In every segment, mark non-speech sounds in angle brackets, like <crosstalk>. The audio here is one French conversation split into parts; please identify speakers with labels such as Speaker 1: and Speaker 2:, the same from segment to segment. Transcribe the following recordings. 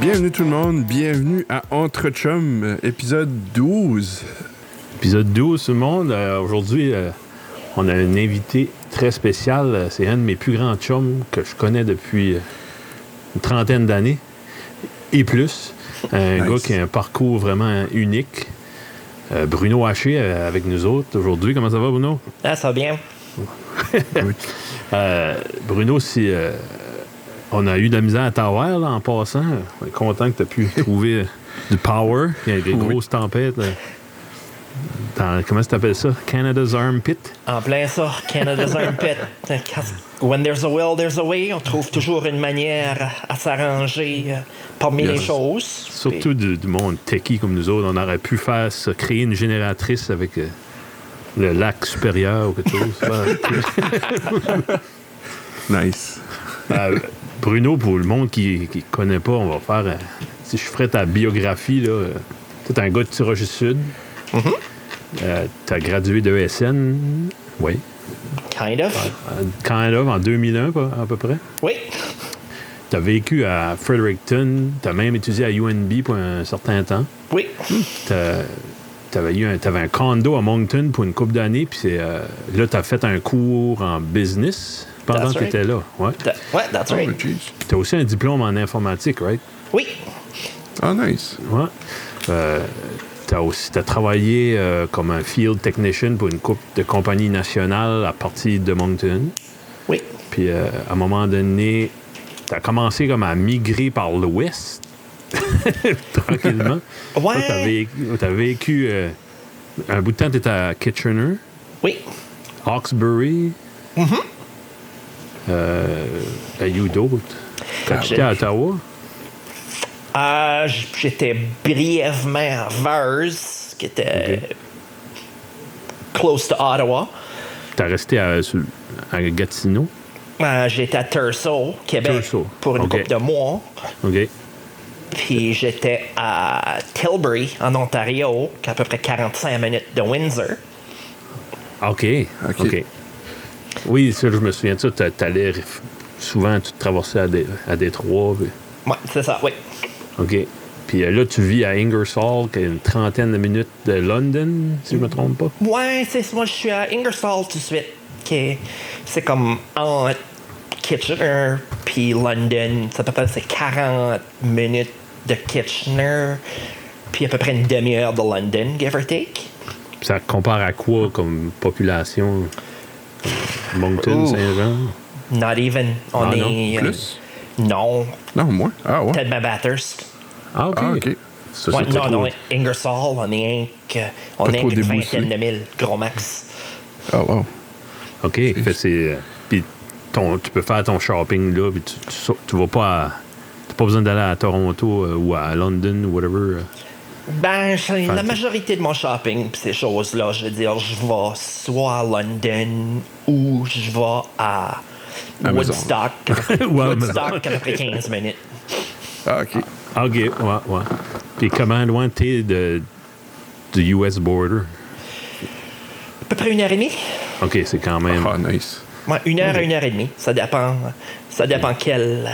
Speaker 1: Bienvenue tout le monde, bienvenue à Entre Chum, euh, épisode 12.
Speaker 2: Épisode 12, tout le monde. Euh, Aujourd'hui, euh, on a un invité très spécial. Euh, C'est un de mes plus grands chums que je connais depuis euh, une trentaine d'années et plus. Un
Speaker 1: Nice.
Speaker 2: gars qui a un parcours vraiment unique. Euh, Bruno Haché euh, avec nous autres aujourd'hui. Comment ça va, Bruno?
Speaker 3: Ah, ça va bien.
Speaker 2: Euh, Bruno, si euh, on a eu de la misère à Tower là, en passant, on est content que tu as <laughs> pu trouver euh, du power. Il y a des grosses tempêtes. euh, dans- comment ça t'appelle ça? Canada's Armpit.
Speaker 3: En plein ça, Canada's armpit. When there's a will, there's a way. On trouve toujours une manière à s'arranger euh, parmi
Speaker 2: Yes.
Speaker 3: les choses.
Speaker 2: Surtout du, du monde techie comme nous autres, on aurait pu faire se créer une génératrice avec euh, le lac supérieur ou quelque <laughs> chose. Voilà.
Speaker 1: Nice.
Speaker 2: Euh, Bruno, pour le monde qui ne connaît pas, on va faire. euh, si je ferais ta biographie, là, euh, t'es un gars de Tirage Sud.
Speaker 3: Mm-hmm.
Speaker 2: Euh, T'as gradué de ESN, oui,
Speaker 3: Puis, Kind of.
Speaker 2: euh, kind of, en 2001 pas- à peu près.
Speaker 3: Oui.
Speaker 2: T'as vécu à Fredericton, t'as même étudié à UNB pour un certain temps.
Speaker 3: Oui.
Speaker 2: Hmm. T'as- T'avais eu un, t'avais un condo à Moncton pour une couple d'années, puis c'est, euh, là, t'as fait un cours en business pendant
Speaker 3: That's
Speaker 2: que
Speaker 3: right.
Speaker 2: t'étais là. Ouais.
Speaker 3: That- ouais, that's right.
Speaker 1: Oh, jeez.
Speaker 2: T'as aussi un diplôme en informatique, right?
Speaker 3: Oui.
Speaker 1: Ah, nice.
Speaker 2: Ouais. Euh, t'as aussi t'as travaillé euh, comme un field technician pour une coupe de compagnie nationale à partir de Moncton.
Speaker 3: Oui.
Speaker 2: Puis euh, à un moment donné, t'as commencé comme à migrer par l'ouest. <laughs> Tranquillement.
Speaker 3: Ouais.
Speaker 2: Là, T'as vécu, t'as vécu, euh, un bout de temps, t'étais à Kitchener,
Speaker 3: Oui.
Speaker 2: Hawkesbury. Euh, à you d'autres. T'as quitté à Ottawa.
Speaker 3: Euh, j- J'étais brièvement à Vers, qui était
Speaker 2: Ok.
Speaker 3: close to Ottawa.
Speaker 2: T'as resté à, sur- à Gatineau.
Speaker 3: Euh, J'étais à Turso, Québec,
Speaker 2: Thurso,
Speaker 3: pour une
Speaker 2: ok.
Speaker 3: couple de mois.
Speaker 2: OK.
Speaker 3: Puis j'étais à Tilbury, en Ontario, qui est à peu près 45 minutes de Windsor.
Speaker 2: OK.
Speaker 1: OK.
Speaker 2: OK. Oui, ça, je me souviens de ça. t'a- T'allais ref- souvent, tu te traversais à, Dé- à Détroit. puis-
Speaker 3: Ouais, c'est ça, oui.
Speaker 2: OK. Puis euh, là, tu vis à Ingersoll, qui est une trentaine de minutes de London, si je me trompe pas.
Speaker 3: Ouais, c'est moi, je suis à Ingersoll tout de suite. qui est- C'est comme en Kitchener, puis London. C'est à peu près c'est 40 minutes de Kitchener, puis à peu près une demi-heure de London, give or take.
Speaker 2: Puis ça compare à quoi comme population? Comme Moncton,
Speaker 1: Ouf.
Speaker 2: Saint-Jean?
Speaker 3: Not even. On
Speaker 2: Ah non,
Speaker 3: est. euh,
Speaker 1: plus?
Speaker 3: Non,
Speaker 1: Non, moi. Ah, ouais.
Speaker 3: Ted Bathurst.
Speaker 2: Ah, OK.
Speaker 1: Ah, OK.
Speaker 2: Ça,
Speaker 3: Ouais,
Speaker 2: c'est
Speaker 3: non,
Speaker 2: pas
Speaker 3: non,
Speaker 2: trop-
Speaker 3: Ingersoll, on est un que- on est
Speaker 1: trop
Speaker 3: une
Speaker 1: déboussé.
Speaker 3: vingtaine de mille, gros max.
Speaker 1: Ah, wow.
Speaker 2: OK. Fait, que c'est, euh, puis ton, tu peux faire ton shopping là, puis tu, tu, sors- tu vas pas à... T'as pas besoin d'aller à Toronto euh, ou à London ou whatever. euh.
Speaker 3: Ben, j'ai- la
Speaker 2: Fantastique.
Speaker 3: majorité de mon shopping, pis ces choses-là, je veux dire, je vais soit à London ou je vais à
Speaker 1: Amazon.
Speaker 3: Woodstock. qui est à
Speaker 2: <laughs>
Speaker 3: peu près-
Speaker 2: Ou à Amazon.
Speaker 3: Woodstock, qui est à peu près 15 minutes.
Speaker 1: Ah, OK.
Speaker 2: OK, ouais, ouais. Puis comment loin t'es de, du US border?
Speaker 3: À peu près une heure et demie.
Speaker 2: OK, c'est quand même...
Speaker 1: Ah, nice.
Speaker 3: Ouais, une heure à une heure et demie. Ça dépend. Ça dépend quel.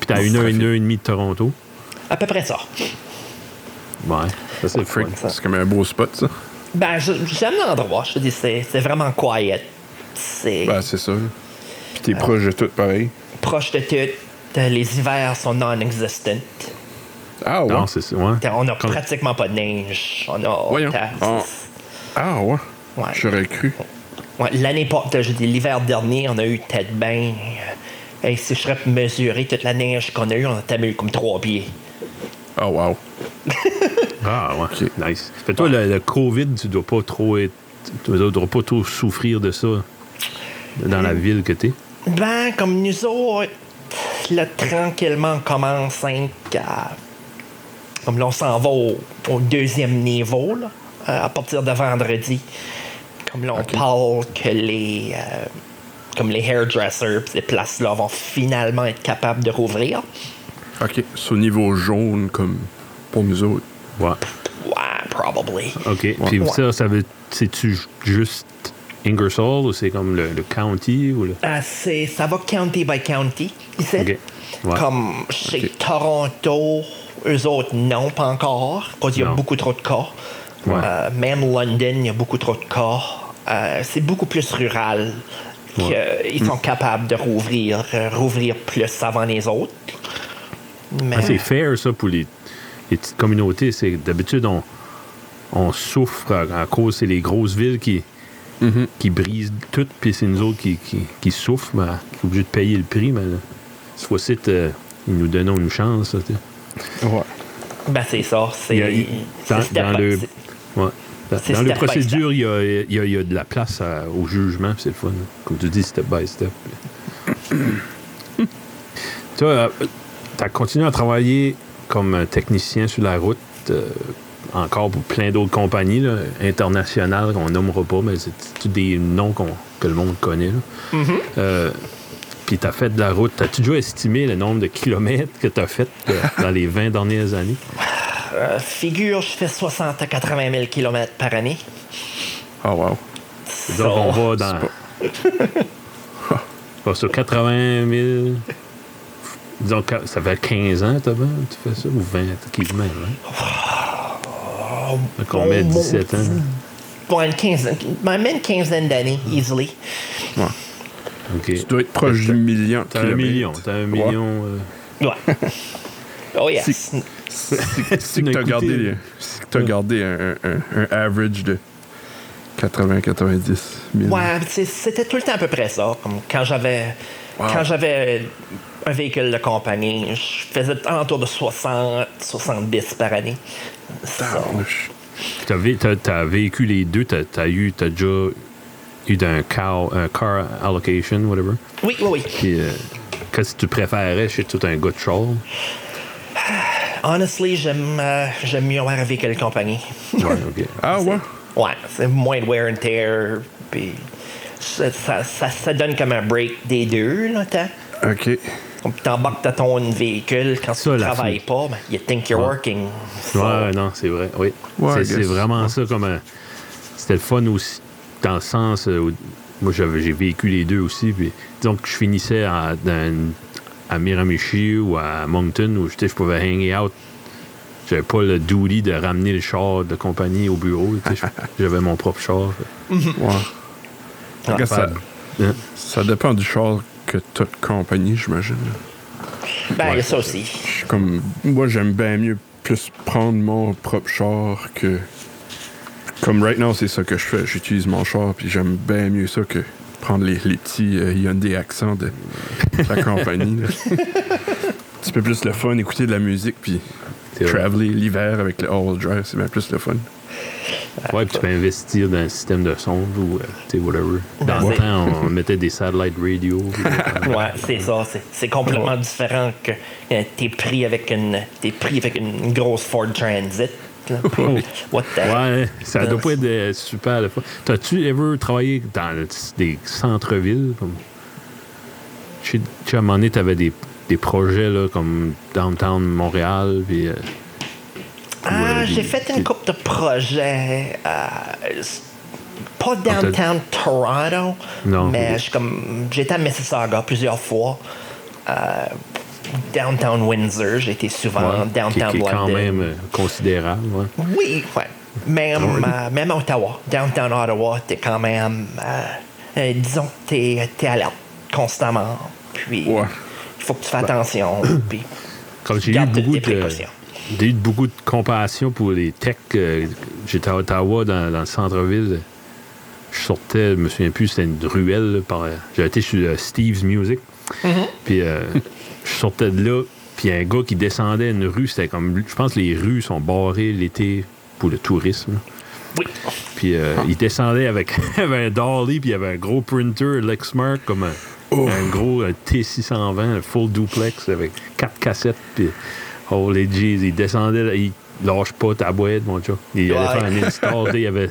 Speaker 2: Puis t'as une heure, une heure et demie de Toronto.
Speaker 3: À peu près ça.
Speaker 2: Ouais, ça c'est le fun.
Speaker 1: Frick, c'est comme un beau spot, ça.
Speaker 3: Ben, je- j'aime l'endroit. Je te dis, c'est c'est vraiment quiet. C'est
Speaker 1: Ben, c'est ça. là. Puis t'es proche de tout, pareil.
Speaker 3: proche de tout. Les hivers sont non-existents.
Speaker 1: Ah, ouais.
Speaker 2: Non, c'est ça, ouais.
Speaker 3: On n'a
Speaker 2: Comme-
Speaker 3: pratiquement pas de neige. On a.
Speaker 1: Voyons.
Speaker 3: t'as-
Speaker 1: Ah. Ah, ouais.
Speaker 3: Ouais.
Speaker 1: J'aurais cru.
Speaker 3: Ouais, L'année passée, je dis l'hiver dernier, on a eu peut-être ben. euh, hey, si je serais pour mesurer toute la neige qu'on a eue, on a tellement eu comme trois pieds.
Speaker 1: Ah, wow.
Speaker 2: Ah, ouais,
Speaker 1: Ok.
Speaker 2: nice. Fait que toi, le, le COVID, tu dois pas trop être... Tu dois pas trop souffrir de ça dans la ville que t'es.
Speaker 3: Ben, comme nous autres, là, tranquillement, on commence hein, à. Comme là, on s'en va au, au deuxième niveau, là, euh, à partir de vendredi. Comme là, on parle que les. euh, comme les hairdressers, pis ces places-là vont finalement être capables de rouvrir.
Speaker 1: OK. Sur niveau jaune, comme pour nous autres.
Speaker 2: Ouais,
Speaker 3: Ouais, probably.
Speaker 2: OK. Puis
Speaker 3: Ouais.
Speaker 2: ça, ça veut... C'est-tu ju- juste Ingersoll ou c'est comme le, le county ou le.
Speaker 3: Ah, c'est- ça va county by county, ici.
Speaker 2: Ok. Ouais.
Speaker 3: Comme chez
Speaker 2: Ok.
Speaker 3: Toronto, eux autres, non, pas encore, parce qu'il y a
Speaker 2: Non.
Speaker 3: beaucoup trop de cas.
Speaker 2: Ouais.
Speaker 3: Euh, même London, il y a beaucoup trop de cas. Euh, c'est beaucoup plus rural. qu'ils sont capables de rouvrir, euh, rouvrir plus avant les autres. Mais
Speaker 2: Ah, c'est fair, ça, pour les, les petites communautés. C'est d'habitude, on, on souffre à, à cause, c'est les grosses villes qui, qui brisent tout, puis c'est nous autres qui, qui, qui souffrent, ben, qui sont obligés de payer le prix. Mais là, cette fois-ci, t'es- ils nous donnons une chance. là, t'sais.
Speaker 1: Ouais.
Speaker 3: ben, c'est ça. C'est,
Speaker 2: Il y a- il-
Speaker 3: c'est
Speaker 2: dans,
Speaker 3: step
Speaker 2: dans
Speaker 3: by-
Speaker 2: le,
Speaker 3: c'est-
Speaker 2: ouais. Dans-
Speaker 3: c'est
Speaker 2: dans le
Speaker 3: step by
Speaker 2: procédure, il y a, il y a- il y a de la place à- au jugement, puis c'est le fun. là. Comme tu dis, step by
Speaker 3: <coughs>
Speaker 2: step. tu as euh, continué à travailler comme euh, technicien sur la route, euh, encore pour plein d'autres compagnies là, internationales qu'on nommera pas, mais c'est tous des noms qu'on- que le monde connaît. là.
Speaker 3: Mm-hmm.
Speaker 2: Euh, puis tu as fait de la route. As-tu déjà estimé le nombre de kilomètres que tu as fait
Speaker 3: <laughs>
Speaker 2: euh, dans les 20 dernières années?
Speaker 3: euh, figure, je fais 60 à 80 000 km par année.
Speaker 1: Oh, wow.
Speaker 2: Donc, on
Speaker 3: So-
Speaker 1: Oh,
Speaker 2: va dans. On va sur 80 000. Disons, que ça fait 15 ans, t'as bien, tu fais ça, ou 20, qui même.
Speaker 1: Oh,
Speaker 2: Hein? Donc, on met
Speaker 3: mon
Speaker 2: 17 ans.
Speaker 3: Bon, une quinzaine, ben, même une quinzaine d'années, easily.
Speaker 2: OK.
Speaker 1: Tu dois être proche du million. de
Speaker 2: T'as un
Speaker 1: kilomètres.
Speaker 2: million, t'as un million. euh,
Speaker 3: Ouais. <laughs> Oh yes.
Speaker 1: <laughs> C'est- Si
Speaker 2: <laughs>
Speaker 1: si que
Speaker 2: Tu
Speaker 1: t'as
Speaker 2: n'as
Speaker 1: gardé, hein.
Speaker 2: écouté-
Speaker 1: les- si que t'as gardé un, un- un- un average de 80-90 000.
Speaker 3: Ouais, mais tu sais, c'était tout le temps à peu près ça. Comme quand j'avais
Speaker 1: Wow.
Speaker 3: quand j'avais un véhicule de compagnie, je faisais alentour de 60, 70 par année. Ça,
Speaker 1: Tabarnouche.
Speaker 2: T'as vé- t'as- t'as vécu les deux, t'as as eu, t'as déjà eu d'un car, un car allocation, whatever.
Speaker 3: Oui, oui, oui.
Speaker 2: Puis, euh, qu'est-ce que tu préférais chez tout un gars
Speaker 1: <laughs>
Speaker 2: de char?
Speaker 3: Honestly, j'aime euh, j'aime mieux avoir un véhicule de compagnie.
Speaker 2: Ouais, OK.
Speaker 1: Ah ouais?
Speaker 3: Ouais, c'est moins de wear and tear. Puis ça, ça, ça- ça donne comme un break des deux, là, t'as.
Speaker 1: Ok.
Speaker 3: Comme t'embarques dans ton véhicule quand
Speaker 2: Ça,
Speaker 3: tu
Speaker 2: la
Speaker 3: travailles
Speaker 2: fou-
Speaker 3: pas, ben, you think you're
Speaker 2: Ouais.
Speaker 3: working.
Speaker 2: Ouais,
Speaker 3: So,
Speaker 2: ouais, non, c'est vrai. Oui.
Speaker 1: Ouais,
Speaker 2: C'est-
Speaker 1: I
Speaker 2: c'est
Speaker 1: guess.
Speaker 2: vraiment ça comme un- C'était le fun aussi, dans le sens euh, où moi j'avais j'ai vécu les deux aussi. Puis, disons que je finissais à, dans- à Miramichi ou à Moncton où tu sais, je pouvais hanger out. J'avais pas le duty de ramener le char de compagnie au bureau. tu sais,
Speaker 1: <laughs>
Speaker 2: je- J'avais mon propre char.
Speaker 3: <laughs>
Speaker 1: Ouais. Regarde, ça,
Speaker 2: Hein?
Speaker 1: ça dépend du char que t'as de compagnie, j'imagine.
Speaker 3: ben,
Speaker 2: ouais.
Speaker 3: ça aussi.
Speaker 1: Je suis comme. Moi, j'aime bien mieux plus prendre mon propre char que. Comme right now, c'est ça que je fais. J'utilise mon char, puis j'aime bien mieux ça que prendre les, les petits euh, Hyundai accents de la compagnie. là. Un petit peu plus le fun, écouter de la musique, puis
Speaker 2: C'est vrai.
Speaker 1: traveler l'hiver avec le all drive, c'est bien plus le fun.
Speaker 2: Ouais, puis tu peux investir dans un système de son ou euh, tu sais, whatever. Dans
Speaker 3: Ouais.
Speaker 2: le temps, on mettait des satellite radio. puis, euh,
Speaker 3: Ouais, c'est ça. C'est, c'est complètement différent que euh, t'es pris avec une t'es pris avec une grosse Ford Transit. là.
Speaker 2: <laughs>
Speaker 3: What the
Speaker 2: Ouais, ça doit
Speaker 3: Ouais.
Speaker 2: pas être euh, super à la fois. T'as-tu ever travaillé dans le- des centres-villes? Comme... Je sais, tu sais, à un moment donné, t'avais des, des projets là, comme Downtown Montréal, puis... euh,
Speaker 3: Ah,
Speaker 2: Ouais, des-
Speaker 3: j'ai fait
Speaker 2: des-
Speaker 3: une coupe de projets. euh, s- pas downtown Toronto,
Speaker 2: Ah, Non.
Speaker 3: mais je comme j'étais à Mississauga plusieurs fois. Euh, downtown Windsor, j'ai été souvent.
Speaker 2: ouais, qui,
Speaker 3: downtown
Speaker 2: qui est
Speaker 3: London.
Speaker 2: quand même euh, considérable, ouais.
Speaker 3: Oui, ouais. Même,
Speaker 2: Ah
Speaker 3: euh, même à Ottawa, downtown Ottawa, t'es quand même. euh, euh, disons que t'es, t'es alerte constamment. Puis, il
Speaker 1: Ouais.
Speaker 3: faut que tu fais
Speaker 2: Ben. <clears throat>
Speaker 3: attention. puis,
Speaker 2: Comme j'ai eu
Speaker 3: garde toutes
Speaker 2: beaucoup
Speaker 3: tes
Speaker 2: de...
Speaker 3: précautions.
Speaker 2: J'ai eu beaucoup de compassion pour les techs. euh, J'étais à Ottawa, dans, dans le centre-ville. Je sortais, je me souviens plus, c'était une ruelle. là, par- J'avais été sur euh, Steve's Music.
Speaker 3: Uh-huh.
Speaker 2: Puis euh, je sortais de là, puis un gars qui descendait une rue, c'était comme... Je pense que les rues sont barrées l'été pour le tourisme. là.
Speaker 3: Oui,
Speaker 2: Puis euh, il descendait avec, <laughs> avec un dolly, puis il y avait un gros printer Lexmark, comme un, un gros un T620, un full duplex avec quatre cassettes. Puis holy jeez, il descendait, là, il lâche pas ta boîte, mon chat. Il allait
Speaker 3: Ouais.
Speaker 2: faire un install, tu sais, il avait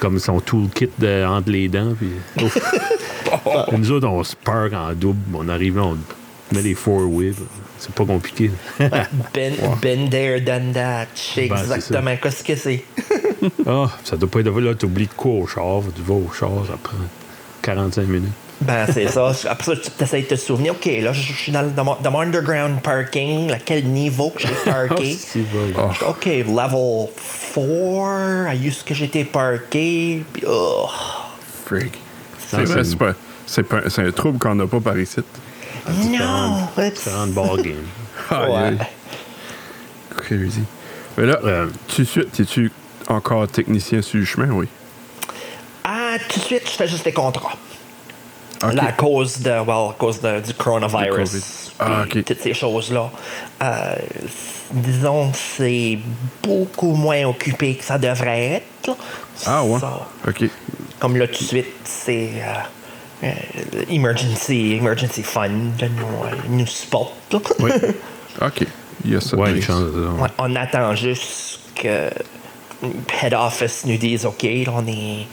Speaker 2: comme son toolkit de- entre les dents. Puis, Puis nous autres, on se park en double, on arrive là, on met les four wheels C'est pas compliqué.
Speaker 3: been, been there, done that. Je sais
Speaker 2: Ben, c'est ça.
Speaker 3: exactement qu'est-ce que c'est.
Speaker 2: Ah, ça doit pas être. Là, t'oublies de quoi au char, tu vas au char, ça prend 45 minutes.
Speaker 3: Ben,
Speaker 2: <laughs>
Speaker 3: c'est ça. Après ça, tu essaies de te souvenir, OK, là, je je suis dans, le- dans mon, dans mon underground parking, à quel niveau que j'ai
Speaker 2: <laughs>
Speaker 3: parké.
Speaker 2: si, bon.
Speaker 1: Ah.
Speaker 3: OK, level 4, à où est-ce que j'étais parké, puis oh,
Speaker 2: Ah,
Speaker 1: Freak.
Speaker 2: Non,
Speaker 1: C'est
Speaker 2: c'est
Speaker 1: vrai,
Speaker 2: une-
Speaker 1: c'est pas- c'est pas- c'est un trouble qu'on n'a pas par ici.
Speaker 3: non!
Speaker 2: C'est vraiment une ball game.
Speaker 1: Aïe, aïe.
Speaker 3: Ouais.
Speaker 1: Crazy. Mais là,
Speaker 2: Euh,
Speaker 1: tout de suite, es-tu encore technicien sur le chemin, oui?
Speaker 3: Ah, tout de suite, je fais juste des contrats.
Speaker 1: Ok.
Speaker 3: Là, à cause, de, well, à cause de- du
Speaker 1: Du
Speaker 3: coronavirus.
Speaker 1: COVID. Ah,
Speaker 3: puis
Speaker 1: ok.
Speaker 3: Toutes ces choses-là. Euh, c- disons que c'est beaucoup moins occupé que ça devrait être. là.
Speaker 1: Ah, ouais.
Speaker 3: Ça,
Speaker 1: Ok.
Speaker 3: comme là, tout de suite, c'est euh, euh, emergency, emergency Fund là, nous, euh, nous supporte. là.
Speaker 1: Oui. ok. Il y a ça.
Speaker 2: ouais, une
Speaker 1: Nice.
Speaker 2: chance. de ça.
Speaker 3: Ouais, on attend juste que head office nous dise OK, là, on est,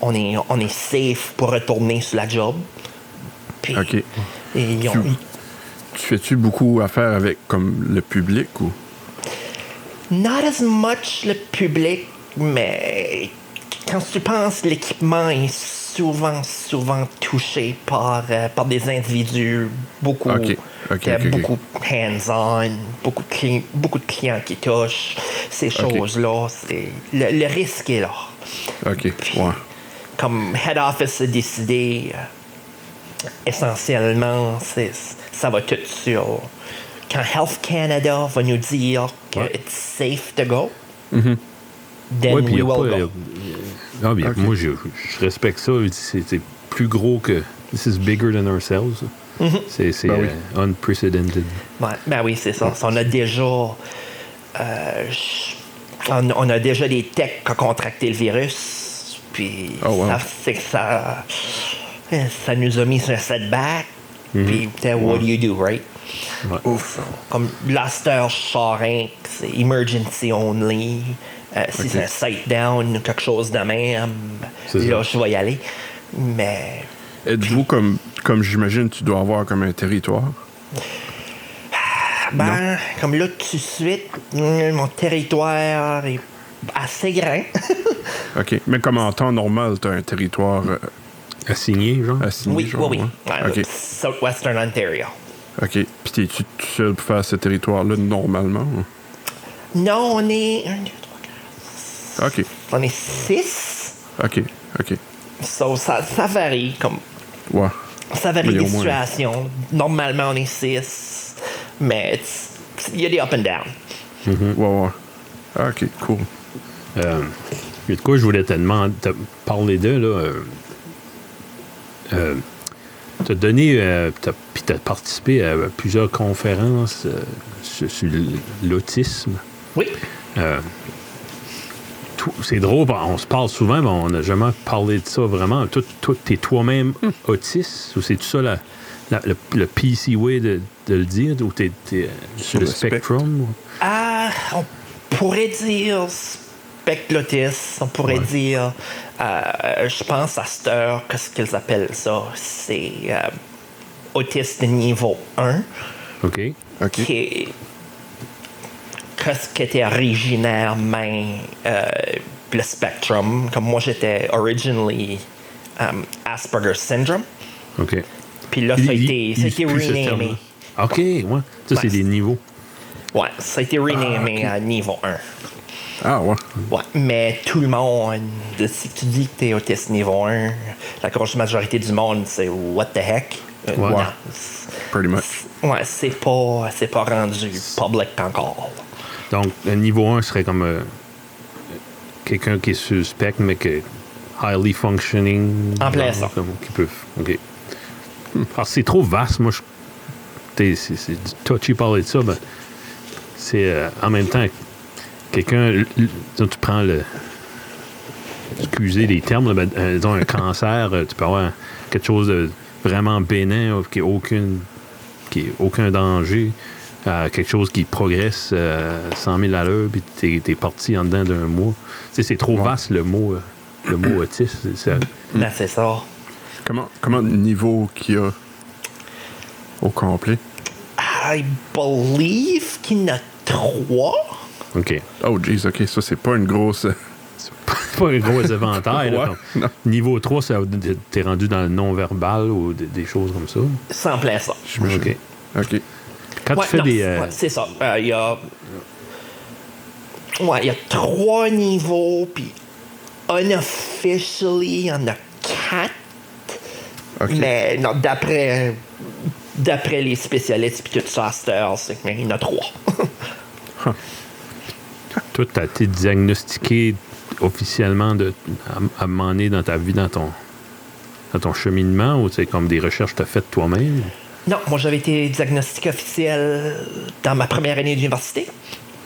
Speaker 3: on est, on est safe pour retourner sur la job. Puis,
Speaker 1: Ok.
Speaker 3: et ils ont-
Speaker 1: Tu, tu fais-tu beaucoup affaire avec comme le public ou?
Speaker 3: Not as much le public, mais quand tu penses, l'équipement est souvent, souvent touché par, euh, par des individus beaucoup,
Speaker 1: Ok, ok,
Speaker 3: qui a
Speaker 1: ok, ok.
Speaker 3: beaucoup hands-on, beaucoup, de cli- beaucoup de clients qui touchent. Ces
Speaker 1: Ok.
Speaker 3: choses-là, c'est le, le risque est là.
Speaker 1: Ok.
Speaker 3: Puis,
Speaker 1: Ouais.
Speaker 3: Comme head office a décidé, euh, essentiellement, c'est, ça va tout sur. Quand Health Canada va nous dire que
Speaker 2: Ouais. Mm-hmm.
Speaker 3: it's safe to go, then
Speaker 2: Ouais, puis
Speaker 3: we
Speaker 2: y a
Speaker 3: will
Speaker 2: pas-
Speaker 3: go.
Speaker 2: y a- Ah, bien,
Speaker 1: Ok.
Speaker 2: moi, je, je respecte ça. Il dit, C'est c'est plus gros que. This is bigger than ourselves.
Speaker 3: Mm-hmm.
Speaker 2: C'est c'est,
Speaker 1: Ben oui.
Speaker 2: euh, unprecedented.
Speaker 3: Ouais, ben oui, c'est ça. On a déjà. euh, ch- on, on a déjà des techs qui ont contracté le virus. Puis
Speaker 1: Oh, wow.
Speaker 3: ça fait que ça. euh, Ça nous a mis sur un setback. Puis, putain, what do you do, right?
Speaker 2: Ouais.
Speaker 1: Ouf.
Speaker 3: Comme Blaster Charin, c'est emergency only. Euh, si
Speaker 1: Ok.
Speaker 3: c'est un site down ou quelque chose de même,
Speaker 2: C'est
Speaker 3: là,
Speaker 2: ça.
Speaker 3: je vais y aller. Mais
Speaker 1: Êtes-vous comme, comme j'imagine, tu dois avoir comme un territoire?
Speaker 3: Ben, comme là, tout de suite, mm, mon territoire est assez grand.
Speaker 1: OK. Mais comme en temps normal, tu as un territoire euh,
Speaker 2: Assigné, genre.
Speaker 1: assigné,
Speaker 3: <laughs> oui, oui,
Speaker 1: genre,
Speaker 3: oui,
Speaker 1: ouais?
Speaker 3: Ouais, Southwestern Ontario.
Speaker 1: OK. OK. Puis t'es-tu tout seul pour faire ce territoire-là normalement? ou?
Speaker 3: Non, on est. un, deux, trois, quatre.
Speaker 1: OK.
Speaker 3: On est six.
Speaker 1: OK. OK.
Speaker 3: So, ça, ça varie. Comme,
Speaker 1: Ouais.
Speaker 3: ça varie
Speaker 1: Mais il y a
Speaker 3: des
Speaker 1: au moins-
Speaker 3: situations. Normalement, on est six. Mais it's- il y a des up and down.
Speaker 1: Ouais, ouais. Ah, OK, cool.
Speaker 2: Euh, il y a de quoi je voulais te demander, te parler de, là. Euh, euh, t'as donné, euh, t'as- puis t'as participé à plusieurs conférences euh, sur, sur l'autisme.
Speaker 3: Oui.
Speaker 2: Tout- C'est drôle, ben, on se parle souvent, mais on n'a jamais parlé de ça vraiment. Toi, toi, t'es toi-même autiste, ou c'est tout ça la- la- le, le PC way de, de le dire, ou t'es t'es, euh, sur le
Speaker 1: le spectre.
Speaker 2: spectrum? ou-
Speaker 3: Ah, on pourrait dire speclotis, on pourrait dire, euh, je pense à cette heure, qu'est-ce qu'ils appellent ça? C'est euh, autiste de niveau 1,
Speaker 2: OK.
Speaker 1: OK.
Speaker 3: qui est. Qu'est-ce qui était originaire, mais euh, le spectrum, comme moi j'étais originally euh, Asperger syndrome,
Speaker 2: OK.
Speaker 3: puis là Ah, ça a été, ça a été
Speaker 2: plus ce
Speaker 3: renamé.
Speaker 2: terme-là. OK, ouais. Ça, c'est
Speaker 3: Ouais.
Speaker 2: des niveaux.
Speaker 3: Ouais, ça
Speaker 2: Ah,
Speaker 3: a été renamé à niveau 1.
Speaker 1: Ah, ouais.
Speaker 3: Ouais, mais tout le monde, si tu dis que t'es autiste niveau 1, la grosse majorité du monde, c'est what the heck? Euh,
Speaker 2: Ouais.
Speaker 3: non.
Speaker 1: Ouais. Pretty much.
Speaker 3: Ouais, c'est pas, c'est pas rendu public encore.
Speaker 2: Donc, le niveau 1 serait comme euh, quelqu'un qui est suspect, mais qui est highly functioning.
Speaker 3: En plein
Speaker 2: Genre,
Speaker 3: ça.
Speaker 2: comme- Qui peut. OK. Parce que c'est trop vaste, moi, je. t'es- C'est c'est touchy parler de ça, mais c'est euh, en même temps, quelqu'un. l- l- disons, Tu prends le. Excusez les termes, là, mais, euh, disons un cancer, euh, tu peux avoir quelque chose de vraiment bénin, euh, qui n'a aucune qui est aucun danger, à quelque chose qui progresse euh, 100 000 à l'heure, puis t'es, t'es parti en dedans d'un mois. Tu sais, c'est trop vaste le mot, euh, le mot autiste. C'est, ça.
Speaker 3: Ben, c'est ça.
Speaker 1: Comment, comment le niveau qu'il y a au complet?
Speaker 3: I believe qu'il y en a trois.
Speaker 2: OK.
Speaker 1: Oh, jeez, OK. Ça, c'est pas une grosse... euh,
Speaker 2: <laughs> pas un gros éventail. là,
Speaker 1: Ouais,
Speaker 2: comme- niveau 3, ça- t'es rendu dans le non-verbal ou des, des choses comme ça.
Speaker 3: Sans plein ça.
Speaker 1: J'imagine.
Speaker 2: OK.
Speaker 1: OK.
Speaker 2: Quand
Speaker 3: Ouais,
Speaker 2: tu fais
Speaker 3: non,
Speaker 2: des. euh,
Speaker 3: ouais, c'est ça. Euh, Il y a. Ouais, il y a trois niveaux, puis unofficially, il y en a quatre.
Speaker 1: OK.
Speaker 3: Mais non, d'après. D'après les spécialistes, puis tout ça, à cette heure, c'est qu'il y en a trois. <laughs>
Speaker 1: Ah,
Speaker 2: Toi, t'as été diagnostiqué officiellement de, à, à un moment donné dans ta vie, dans ton, dans ton cheminement, ou c'est comme des recherches que t'as faites toi-même?
Speaker 3: non, moi, j'avais été diagnostiqué officiel dans ma première année d'université.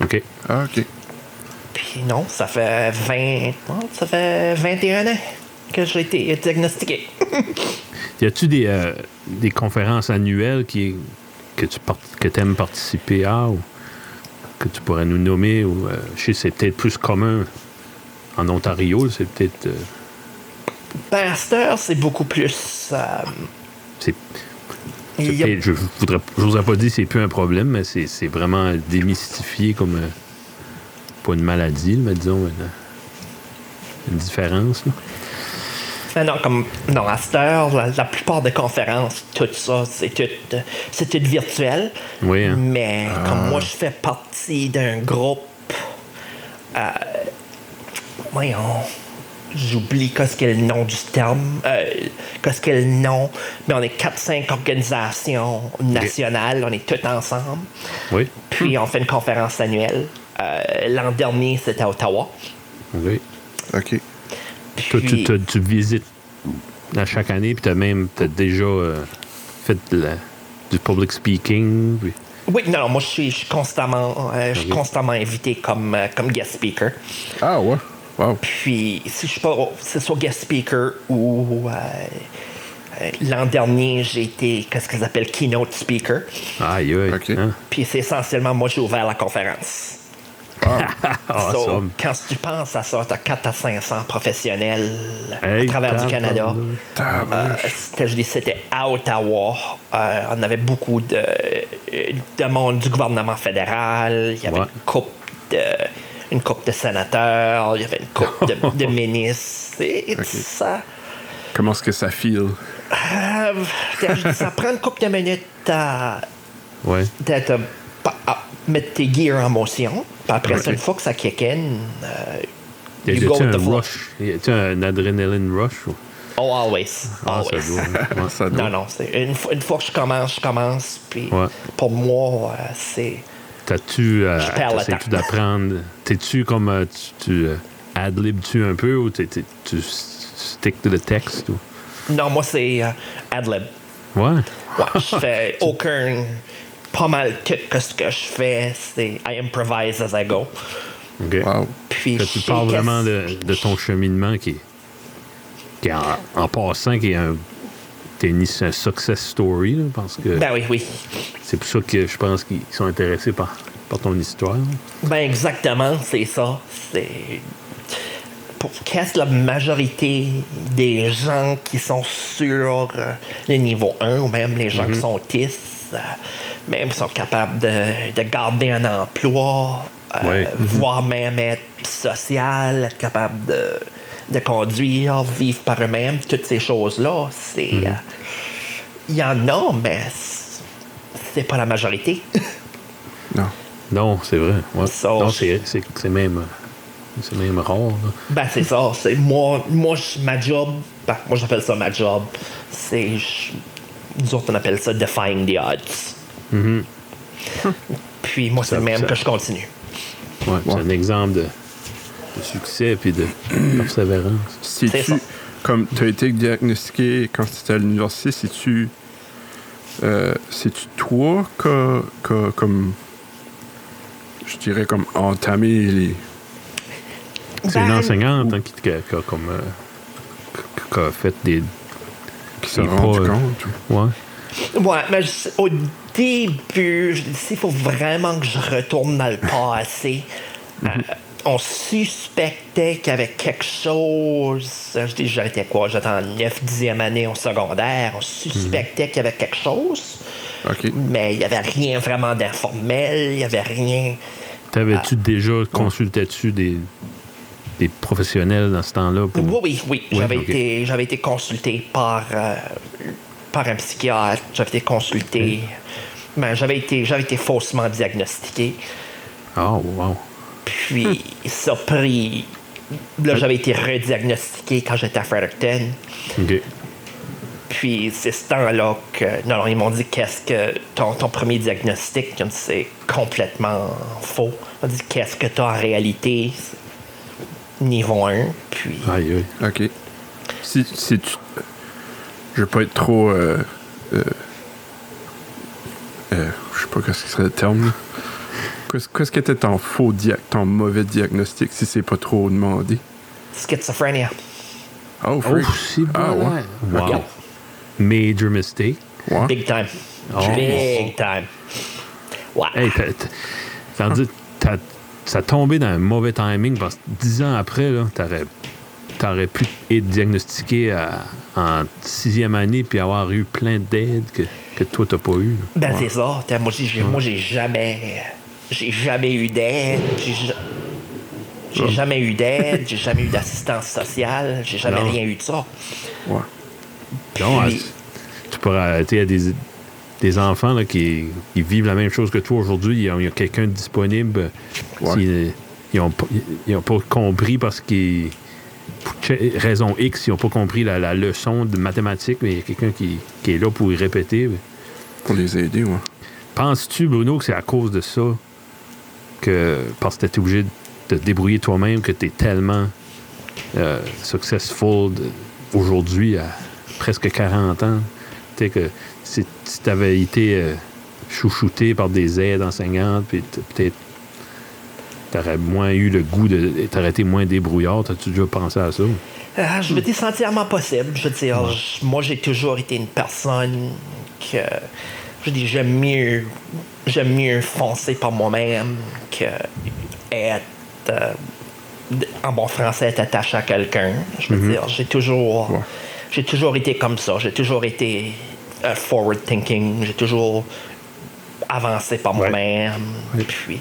Speaker 2: OK.
Speaker 1: Ah, OK.
Speaker 3: Puis non, ça fait 20. non, Ça fait 21 ans que j'ai été <laughs> diagnostiqué.
Speaker 2: Y a-tu des, euh, des conférences annuelles qui, que tu part- que aimes participer à ou que tu pourrais nous nommer? Ou, euh, je sais, c'est peut-être plus commun en Ontario, c'est peut-être. euh,
Speaker 3: Ben, à cette heure, c'est beaucoup plus. euh,
Speaker 2: c'est- c'est
Speaker 3: il y a-
Speaker 2: peut-être- je voudrais, je vous pas dit c'est plus un problème, mais c'est c'est vraiment démystifié comme. euh, pas une maladie, mais disons une, une différence. là.
Speaker 3: Ben non, comme, non, à cette heure, la, la plupart des conférences, tout ça, c'est tout, euh, c'est tout virtuel.
Speaker 2: Oui, hein.
Speaker 3: Mais comme moi, je fais partie d'un groupe. euh, voyons. J'oublie qu'est-ce qu'est le nom du terme, euh, qu'est-ce qu'est le nom, mais on est 4-5 organisations nationales, on est toutes ensemble.
Speaker 2: Oui.
Speaker 3: Puis
Speaker 2: Hmm.
Speaker 3: on fait une conférence annuelle. Euh, L'an dernier, c'était à Ottawa.
Speaker 2: oui.
Speaker 1: OK.
Speaker 2: Toi, tu,
Speaker 3: Puis-
Speaker 2: tu- tu visites à chaque année, puis tu as même t'as déjà euh, fait de la- du public speaking. puis-
Speaker 3: Oui, non, non, moi je suis, je suis constamment, euh, je suis
Speaker 2: Ok.
Speaker 3: constamment invité comme, euh, comme guest speaker.
Speaker 1: Ah, ouais. Wow.
Speaker 3: Puis si je suis pas, c'est soit guest speaker ou euh, euh, l'an dernier j'ai été, qu'est-ce qu'ils appellent keynote speaker.
Speaker 2: Aïe, aïe.
Speaker 1: OK.
Speaker 2: hein.
Speaker 3: Puis c'est essentiellement moi j'ai ouvert la conférence.
Speaker 2: Ah,
Speaker 3: So,
Speaker 2: somme.
Speaker 3: quand tu penses à ça, t'as 4 à 500 professionnels
Speaker 2: Hey,
Speaker 3: à travers du
Speaker 2: tabarnak.
Speaker 3: Canada. Euh, c'était- je dis, c'était à Ottawa. Euh, on avait beaucoup de, de monde du gouvernement fédéral. Il y avait
Speaker 2: Ouais.
Speaker 3: une coupe de une couple de sénateurs, il y avait une coupe de,
Speaker 2: <laughs>
Speaker 3: de ministres. Et
Speaker 1: Ok.
Speaker 3: ça,
Speaker 1: Comment est-ce que ça feel? <laughs>
Speaker 3: euh, je dis, ça prend une couple de minutes à,
Speaker 2: Ouais.
Speaker 3: d'être, euh, pa- à mettre tes gears en motion. Puis après ça,
Speaker 1: Ok.
Speaker 3: une fois que ça kick in, euh,
Speaker 2: Y a-
Speaker 3: You
Speaker 2: y
Speaker 3: go
Speaker 2: a-tu
Speaker 3: with
Speaker 2: un
Speaker 3: the flow.
Speaker 2: rush? Y a-tu un adrénaline rush? ou-
Speaker 3: Oh, always.
Speaker 2: Ah, ça
Speaker 3: always.
Speaker 2: doit, hein. Ouais.
Speaker 1: Ça doit.
Speaker 3: non, non, c'est une, fois- une fois que je commence, je commence. Puis
Speaker 2: Ouais.
Speaker 3: pour moi, euh, c'est.
Speaker 2: T'as-tu. euh,
Speaker 3: Je perds le
Speaker 2: t'essaies-tu
Speaker 3: temps.
Speaker 2: d'apprendre? T'es-tu comme. euh, tu tu, euh, adlibes-tu un peu ou t'es- t'es- tu s- stick to the text? Ou...
Speaker 3: Non, moi, c'est euh, ad-lib.
Speaker 2: Ouais.
Speaker 3: Ouais, je
Speaker 2: <laughs>
Speaker 3: fais aucun. Pas mal tout que ce que je fais, c'est I improvise as I go.
Speaker 2: OK.
Speaker 1: Wow.
Speaker 3: Puis
Speaker 2: Que
Speaker 3: je
Speaker 2: tu
Speaker 3: sais
Speaker 2: parles
Speaker 3: qu'est-ce-
Speaker 2: vraiment de, de ton cheminement qui, qui en, en passant, qui est un, t'es une, c'est un success story, là, parce que
Speaker 3: Ben oui, oui.
Speaker 2: c'est pour ça que je pense qu'ils sont intéressés par, par ton histoire.
Speaker 3: Ben exactement, c'est ça. C'est. Pour qu'est-ce la majorité des gens qui sont sur euh, le niveau 1 ou même les gens qui sont autistes, euh, même sont capables de, de garder un emploi, euh,
Speaker 2: Ouais.
Speaker 3: voire même être social, être capable de, de conduire, vivre par eux-mêmes, toutes ces choses-là, c'est. euh, Il y en a, mais c'est- c'est pas la majorité. <laughs>
Speaker 1: Non.
Speaker 2: Non, c'est vrai. ouais.
Speaker 3: Ça,
Speaker 2: non,
Speaker 3: je-
Speaker 2: c'est, c'est, c'est même euh, c'est même rare. là.
Speaker 3: Ben, c'est ça. C'est moi, moi, je- ma job, ben, moi, j'appelle ça ma job. C'est. je- Nous autres, on appelle ça defying the odds. Puis moi, c'est
Speaker 2: Mm-hmm. Ça-
Speaker 3: le même
Speaker 2: ça-
Speaker 3: que je continue.
Speaker 2: Ouais, C'est
Speaker 1: Ouais.
Speaker 2: un exemple de, de succès et de <clears throat> persévérance.
Speaker 1: Si
Speaker 3: C'est
Speaker 1: tu,
Speaker 3: ça.
Speaker 1: comme tu as été diagnostiqué quand tu étais à l'université, si tu. Euh, C'est-tu toi qui a- qui a, comme. Je dirais comme entamé les.
Speaker 2: C'est
Speaker 3: Ben,
Speaker 2: une enseignante hein, qui, qui a- qui a comme, euh, qui- qui a fait des...
Speaker 1: qui se
Speaker 2: Et
Speaker 1: rendent
Speaker 2: pas, euh,
Speaker 1: compte. ou-
Speaker 2: Ouais.
Speaker 3: Ouais, mais je- au début, je dis, s'il faut vraiment que je retourne dans le passé, euh, on suspectait qu'il y avait quelque chose. Je dis, j'étais quoi? J'étais en 9-10e année au secondaire. On suspectait qu'il y avait quelque chose.
Speaker 1: OK.
Speaker 3: Mais il n'y avait rien vraiment d'informel, il n'y avait rien.
Speaker 2: Ah. T'avais-tu déjà, consultais-tu des, des professionnels dans ce temps-là. pour-
Speaker 3: Oui, oui, oui.
Speaker 2: Ouais,
Speaker 3: j'avais,
Speaker 2: Mhm. ok.
Speaker 3: été, j'avais été consulté par, euh, par un psychiatre. J'avais été consulté. Ben, j'avais, été, j'avais été faussement diagnostiqué.
Speaker 2: Ah, wow.
Speaker 3: Puis, surpris. Là, j'avais été rediagnostiqué quand j'étais à Fredericton.
Speaker 2: OK.
Speaker 3: Puis, c'est ce temps-là que. Non, non, ils m'ont dit qu'est-ce que. Ton, ton premier diagnostic, Ils ont dit, c'est complètement faux. Ils m'ont dit qu'est-ce que t'as en réalité, niveau 1. Puis.
Speaker 2: Aïe, aïe.
Speaker 1: OK. Si, si tu. Je veux pas être trop. Euh, euh, euh, je sais pas qu'est-ce que serait le terme. là. Qu'est-ce qu'est-ce qui était ton faux dia ton mauvais diagnostic si c'est pas trop demandé?
Speaker 3: Schizophrénie.
Speaker 1: Oh,
Speaker 2: Oh,
Speaker 1: freak.
Speaker 2: c'est bon.
Speaker 1: Ah, ouais.
Speaker 2: Wow.
Speaker 1: Ok.
Speaker 2: Major mistake.
Speaker 1: Ouais.
Speaker 3: Big time.
Speaker 2: Oh.
Speaker 3: Big time. Ouais.
Speaker 2: Hey, t'as- t'as- t'as dit- t'as- ça tombait dans un mauvais timing parce que dix ans après, là, t'aurais, t'aurais pu être diagnostiqué à- en sixième année puis avoir eu plein d'aides que, que toi, t'as pas eu. là.
Speaker 3: Ben, c'est ça. T'as- Moi, j'ai- j'ai, moi, j'ai jamais. J'ai jamais eu d'aide. J'ai, ja- j'ai jamais eu d'aide. J'ai jamais eu d'assistance sociale. J'ai jamais
Speaker 2: Non.
Speaker 3: rien eu de ça.
Speaker 1: Ouais.
Speaker 2: Non,
Speaker 3: Puis-
Speaker 2: à- tu pourrais. Tu sais, il y a des, des enfants là, qui, qui vivent la même chose que toi aujourd'hui. Il y a, il y a quelqu'un de disponible.
Speaker 1: Ouais.
Speaker 2: S'ils- euh, Ils n'ont pas, ils ont pas compris parce qu'ils. Pour che- raison X, ils n'ont pas compris la, la leçon de mathématiques, mais il y a quelqu'un qui, qui est là pour y répéter.
Speaker 1: Pour les aider, ouais.
Speaker 2: Penses-tu, Bruno, que c'est à cause de ça que. Parce que tu es obligé de te débrouiller toi-même, que tu es tellement euh, successful de- aujourd'hui à presque 40 ans? Tu sais, que si tu avais été euh, chouchouté par des aides enseignantes, puis t- peut-être. T'aurais moins eu le goût de. T'aurais été moins débrouillard. T'as-tu déjà pensé à ça?
Speaker 3: Ah, je me dis entièrement possible. Je veux dire, je- moi, j'ai toujours été une personne que. Je dis, j'aime mieux. J'aime mieux foncer par moi-même que être. euh, d- en bon français, être attaché à quelqu'un. Je veux dire, j'ai toujours.
Speaker 1: Ouais.
Speaker 3: J'ai toujours été comme ça. J'ai toujours été euh, forward thinking. J'ai toujours avancé par moi-même. Puis.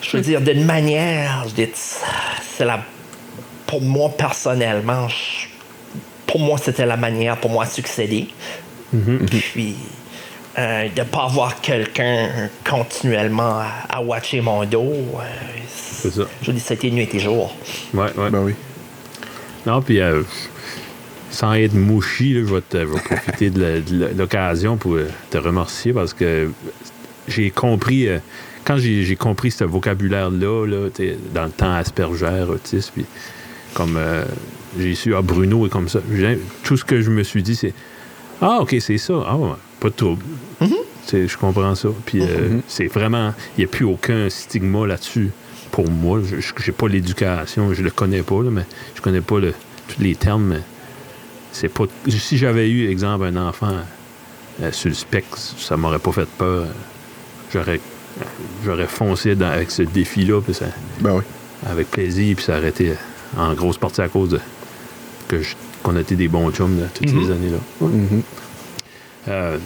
Speaker 3: Je veux dire, d'une manière, je dis, c'est la. Pour moi, personnellement, je- pour moi, c'était la manière pour moi de succéder. Puis, euh, de ne pas avoir quelqu'un continuellement à, à watcher mon dos, euh, c'est-
Speaker 2: ça.
Speaker 3: je dis, c'était nuit et jour.
Speaker 2: Ouais, ouais.
Speaker 1: Ben oui.
Speaker 2: Non, puis euh, sans être mouchi, là, je vais, te- je vais profiter de la- de la- de l'occasion pour euh, te remercier parce que j'ai compris, euh, quand j'ai j'ai compris ce vocabulaire-là, là, tu sais, dans le temps Asperger, autisme, puis comme euh, j'ai su, ah, Bruno est comme ça. J'ai- Tout ce que je me suis dit, c'est, ah, OK, c'est ça. Ah, ouais, pas de trouble. C'est- Je comprends ça. Puis euh, c'est vraiment, il n'y a plus aucun stigma là-dessus pour moi. Je n'ai pas l'éducation, je le connais pas, là, mais je connais pas le- tous les termes. mais c'est pas. Si j'avais eu, exemple, un enfant euh, sur le spectre, ça m'aurait pas fait peur. J'aurais, j'aurais foncé dans- avec ce défi-là, puis ça,
Speaker 1: Ben oui.
Speaker 2: avec plaisir, puis ça aurait été en grosse partie à cause de que je- qu'on a été des bons chums là, toutes ces années-là.
Speaker 1: Mhm.
Speaker 2: Euh,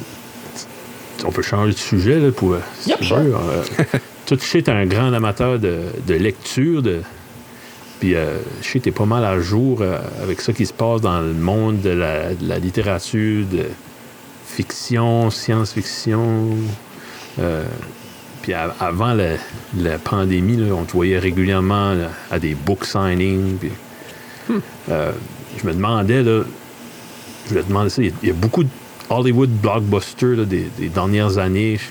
Speaker 2: on peut changer de sujet là, pour. euh, si
Speaker 3: Yep,
Speaker 2: tu
Speaker 3: sure.
Speaker 2: veux. Euh,
Speaker 3: <laughs>
Speaker 2: toi, tu sais, t'es un grand amateur de, de lecture. De... Puis, euh, je sais, t'es pas mal à jour euh, avec ça qui se passe dans le monde de la, de la littérature, de fiction, science-fiction. Euh, puis, a- avant la, la pandémie, là, on te voyait régulièrement là, à des book signings. puis, euh, je me demandais, là, je voulais te demander ça. Il y a- il y, a beaucoup de Hollywood blockbusters là, des, des dernières années. Je,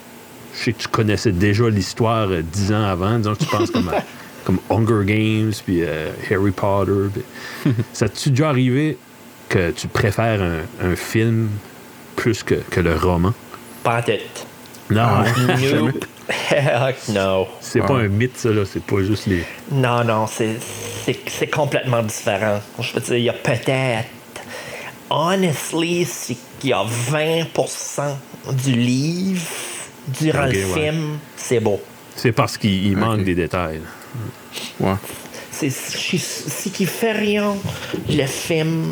Speaker 2: je sais que tu connaissais déjà l'histoire euh, dix ans avant. Disons que tu penses comme, à- comme Hunger Games, puis euh, Harry Potter. puis- ça t'est déjà arrivé que tu préfères un, un film plus que, que le roman?
Speaker 3: Pas en tête.
Speaker 2: Non, hein?
Speaker 3: Nope. <laughs> Heck no.
Speaker 2: c'est pas un mythe, ça. là. C'est pas juste les...
Speaker 3: Non, non, c'est- c'est c'est complètement différent. Je veux dire, il y a peut-être. Honestly, c'est qu'il y a 20% du livre durant
Speaker 2: Ok,
Speaker 3: le
Speaker 2: ouais.
Speaker 3: film, c'est beau.
Speaker 2: C'est parce qu'il il manque
Speaker 1: Ok.
Speaker 2: des détails. là.
Speaker 1: Ouais.
Speaker 3: C'est c'est- c'est qu'il fait rien. Le film,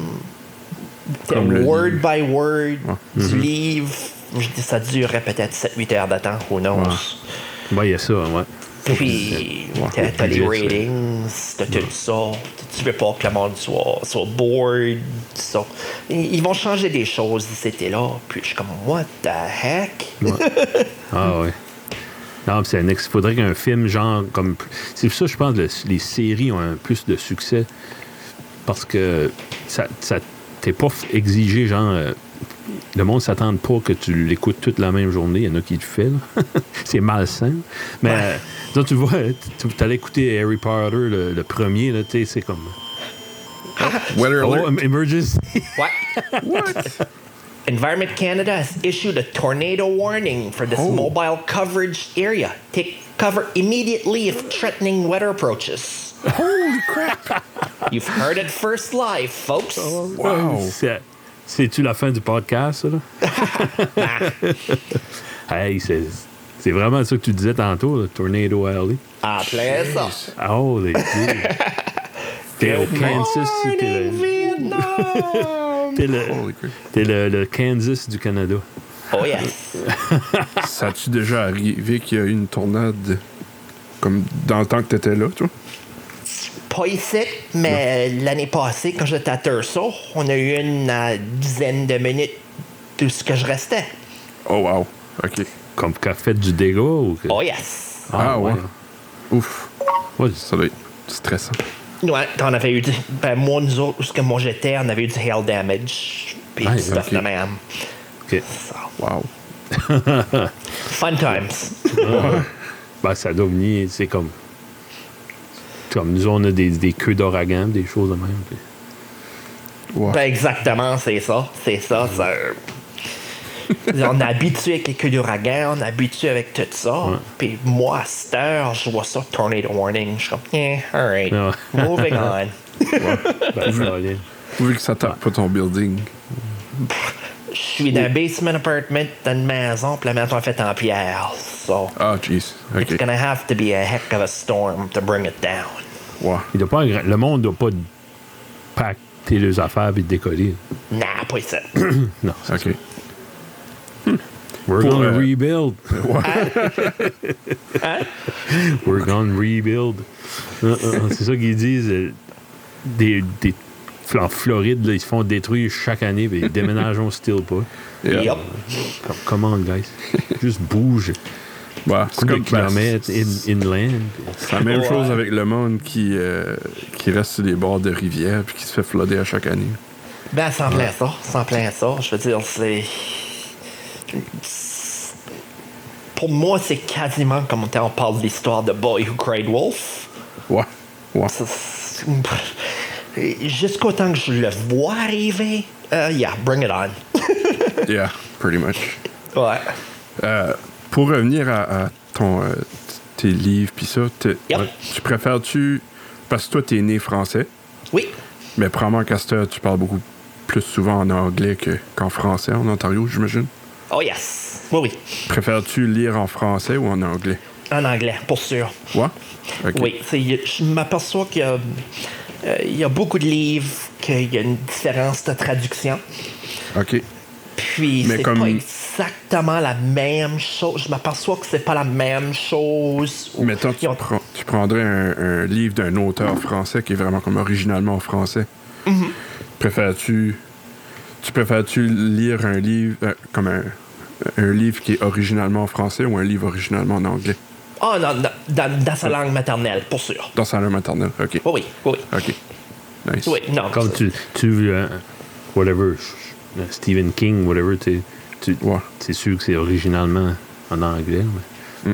Speaker 1: Comme le
Speaker 3: word
Speaker 1: livre. Ah, mm-hmm.
Speaker 3: by word, du livre, je dis ça durait peut-être 7-8 heures d'attente, who knows.
Speaker 2: Ouais, il y a ça, ouais.
Speaker 3: Puis,
Speaker 1: Ouais,
Speaker 3: t'as t'as les
Speaker 2: budget, ça.
Speaker 3: ratings, t'as tout ça. Tu veux pas que le monde soit, soit bored. ça. Ils ils vont changer des choses d'ici et là. Puis, je suis comme, what the heck?
Speaker 1: Hmm.
Speaker 2: Ah ouais. Non, pis c'est un ex- faudrait qu'un film genre comme c'est pour ça que je pense que le- les séries ont un plus de succès parce que ça, ça- t'es pas f- exigé genre euh, le monde s'attend pas que tu l'écoutes toute la même journée, il y en a qui le fait. là. <laughs> c'est malsain. Mais euh, donc, tu vois, tu t'allais écouter Harry Potter le, le premier là, tu sais, c'est comme
Speaker 1: Weather
Speaker 2: Oh,
Speaker 1: alert.
Speaker 2: emergency.
Speaker 3: <laughs> What?
Speaker 1: What?
Speaker 3: Environment Canada has issued a tornado warning for this
Speaker 1: Oh.
Speaker 3: mobile coverage area. Take cover immediately if threatening weather approaches. Holy crap! You've heard it first live, folks.
Speaker 2: Oh,
Speaker 1: Wow.
Speaker 2: C'est- C'est-tu la fin du podcast, ça, là?
Speaker 1: <laughs>
Speaker 2: hey, c'est c'est vraiment ça que tu disais tantôt, le Tornado Alley.
Speaker 3: Ah, plein ça.
Speaker 2: Oh,
Speaker 1: <laughs>
Speaker 2: les T'es au
Speaker 3: Good
Speaker 2: Kansas, t'es
Speaker 3: morning,
Speaker 2: le,
Speaker 3: Vietnam!
Speaker 2: t'es le,
Speaker 1: Holy crap.
Speaker 2: t'es le- le Kansas du Canada.
Speaker 3: oh, yes.
Speaker 1: Ça a-tu déjà arrivé qu'il y a eu une tornade comme dans le temps que t'étais là, tu vois?
Speaker 3: Pas ici, mais l'année passée, quand j'étais à Turso, on a eu une euh, dizaine de minutes de ce que je restais.
Speaker 1: Oh wow. OK.
Speaker 2: Comme qu'a fait du dégât ou que-
Speaker 3: Oh, yes.
Speaker 1: Ah, ouais. Ouf.
Speaker 2: Ouais,
Speaker 1: Ça doit être stressant.
Speaker 3: Ouais, quand on avait eu du. Ben, moi, nous autres, où ce que moi j'étais, on avait eu du hail damage. Puis
Speaker 2: Ah,
Speaker 3: du stuff
Speaker 1: ok.
Speaker 3: de même.
Speaker 2: ok.
Speaker 3: So,
Speaker 1: Wow.
Speaker 3: fun times.
Speaker 2: Ben, ça doit venir, c'est comme. Comme nous, on a des, des queues d'ouragan, des choses de même. puis-
Speaker 1: Wow.
Speaker 3: Ben, exactement, c'est ça. C'est ça. ça. on est habitué avec les queues d'ouragan, on est habitué avec tout ça. Puis moi, à cette heure, je vois ça, tornado warning. Je suis comme, yeah, alright,
Speaker 2: Ouais.
Speaker 3: moving on.
Speaker 1: <laughs>
Speaker 2: Ben, ça va bien.
Speaker 1: Vu que ça tape pas ton building.
Speaker 3: Je suis dans un basement apartment, dans une maison, puis la maison est faite en pierre. So,
Speaker 1: Ah, jeez.
Speaker 3: it's
Speaker 1: OK.
Speaker 3: gonna have to be a heck of a storm to bring it down.
Speaker 1: Wow.
Speaker 2: Il doit pas, engra- le monde ne doit pas pacter leurs affaires et décoller.
Speaker 3: Nah, pas ici.
Speaker 2: Non, c'est
Speaker 1: OK.
Speaker 2: We're
Speaker 1: Pour,
Speaker 2: gonna
Speaker 1: euh,
Speaker 2: rebuild. <laughs>
Speaker 3: Ah.
Speaker 2: We're gonna rebuild. Non, non, non, Ah, C'est ça qu'ils disent. euh, Des, des- en Floride, là, ils se font détruire chaque année, mais ils déménagent on still pas.
Speaker 1: Yeah.
Speaker 3: Yup.
Speaker 2: Comme, come on, guys. Juste bouge.
Speaker 1: Wow. C'est
Speaker 2: Couple de
Speaker 1: comme ben,
Speaker 2: kilomètres
Speaker 1: c'est
Speaker 2: in- inland. puis-
Speaker 1: c'est la même
Speaker 3: Ouais.
Speaker 1: chose avec le monde qui, euh, qui reste sur les bords de rivières puis qui se fait flooder à chaque année.
Speaker 3: Ben, sans plein ça, sans plein ça. Je veux dire, c'est. Pour moi, c'est quasiment comme quand on parle de l'histoire de Boy Who Cried Wolf.
Speaker 1: Wow. Wow.
Speaker 3: Ça, c'est- Jusqu'au temps que je le vois arriver, euh, yeah, bring it on.
Speaker 1: Yeah, pretty much.
Speaker 3: Ouais.
Speaker 1: Euh, pour revenir à, à ton, euh, t- tes livres puis ça, t'es-
Speaker 3: Yep.
Speaker 1: tu préfères-tu... Parce que toi, t'es né français,
Speaker 3: Oui,
Speaker 1: mais probablement Castor, tu parles beaucoup plus souvent en anglais que- qu'en français en Ontario, j'imagine.
Speaker 3: oh yes, oui, oui,
Speaker 1: Préfères-tu lire en français ou en anglais?
Speaker 3: en anglais, pour sûr.
Speaker 1: Ouais? Ok.
Speaker 3: Oui, c'est- je m'aperçois qu'il y a, euh, il y a beaucoup de livres, qu'il y a une différence de traduction.
Speaker 1: OK.
Speaker 3: Puis
Speaker 1: Mais
Speaker 3: c'est
Speaker 1: comme-
Speaker 3: pas exactement la même chose. Je m'aperçois que c'est pas la même chose. Ou-
Speaker 1: Mettons, tu,
Speaker 3: Ils ont-
Speaker 1: prends- tu prendrais un, un livre d'un auteur français qui est vraiment comme originalement français.
Speaker 3: Mm-hmm.
Speaker 1: Préfères-tu... Tu préfères-tu lire un livre euh, comme un, un livre qui est originalement français ou un livre originalement en anglais?
Speaker 3: Ah non, non, dans, dans sa langue maternelle, pour sûr.
Speaker 1: Dans sa langue maternelle, OK.
Speaker 3: Oui, oui, oui.
Speaker 1: OK. Nice.
Speaker 3: Oh. Oui, non.
Speaker 2: Comme tu, tu euh, whatever, euh, Stephen King, whatever, tu, tu,
Speaker 1: Ouais.
Speaker 2: c'est sûr que c'est originalement en anglais. mais-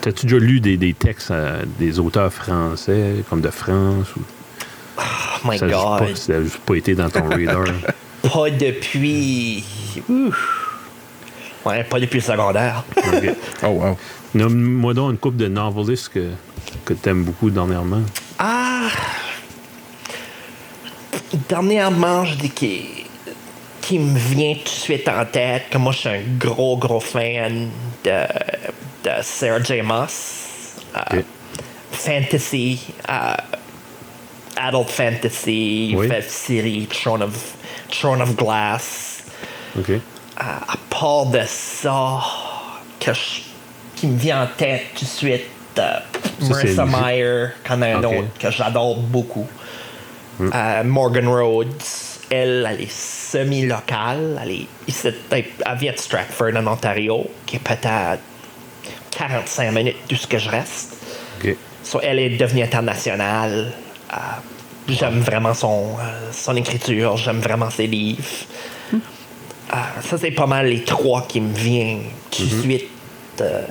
Speaker 2: T'as-tu déjà lu des, des textes euh, des auteurs français, comme de France? Ou...
Speaker 3: Oh my
Speaker 2: ça n'a juste,
Speaker 3: God.
Speaker 2: pas- ça a juste pas été dans ton radar.
Speaker 3: <laughs> Pas depuis. Ouh. Ouais, pas depuis le secondaire.
Speaker 2: Ok.
Speaker 1: Oh, wow.
Speaker 2: Nomme-moi donc une couple de novelistes que, que t'aimes beaucoup dernièrement.
Speaker 3: Ah! Dernièrement, je dis qui, qui me vient tout de suite en tête, que moi je suis un gros, gros fan de, de Sarah J. Moss. Euh,
Speaker 2: Ok.
Speaker 3: Fantasy, euh, Adult Fantasy,
Speaker 2: Oui.
Speaker 3: Web City, Throne of, Throne of Glass.
Speaker 2: OK.
Speaker 3: Euh, à part de ça, que je- qui me vient en tête tout de suite, euh,
Speaker 2: Ça, c'est
Speaker 3: Marissa
Speaker 2: lui.
Speaker 3: Meyer, qu'en a
Speaker 2: Ok.
Speaker 3: un
Speaker 2: Mm.
Speaker 3: autre que j'adore beaucoup. Euh, Morgan Rhodes, elle, elle est semi-locale. Elle, est, ici- elle vient de Stratford, en Ontario, qui est peut-être à 45 minutes de ce que je reste.
Speaker 2: OK.
Speaker 3: So, elle est devenue internationale. Euh, j'aime vraiment son, euh, son écriture, j'aime vraiment ses livres. Euh, ça, c'est pas mal les trois qui me viennent tout
Speaker 2: Mhm.
Speaker 3: de suite euh,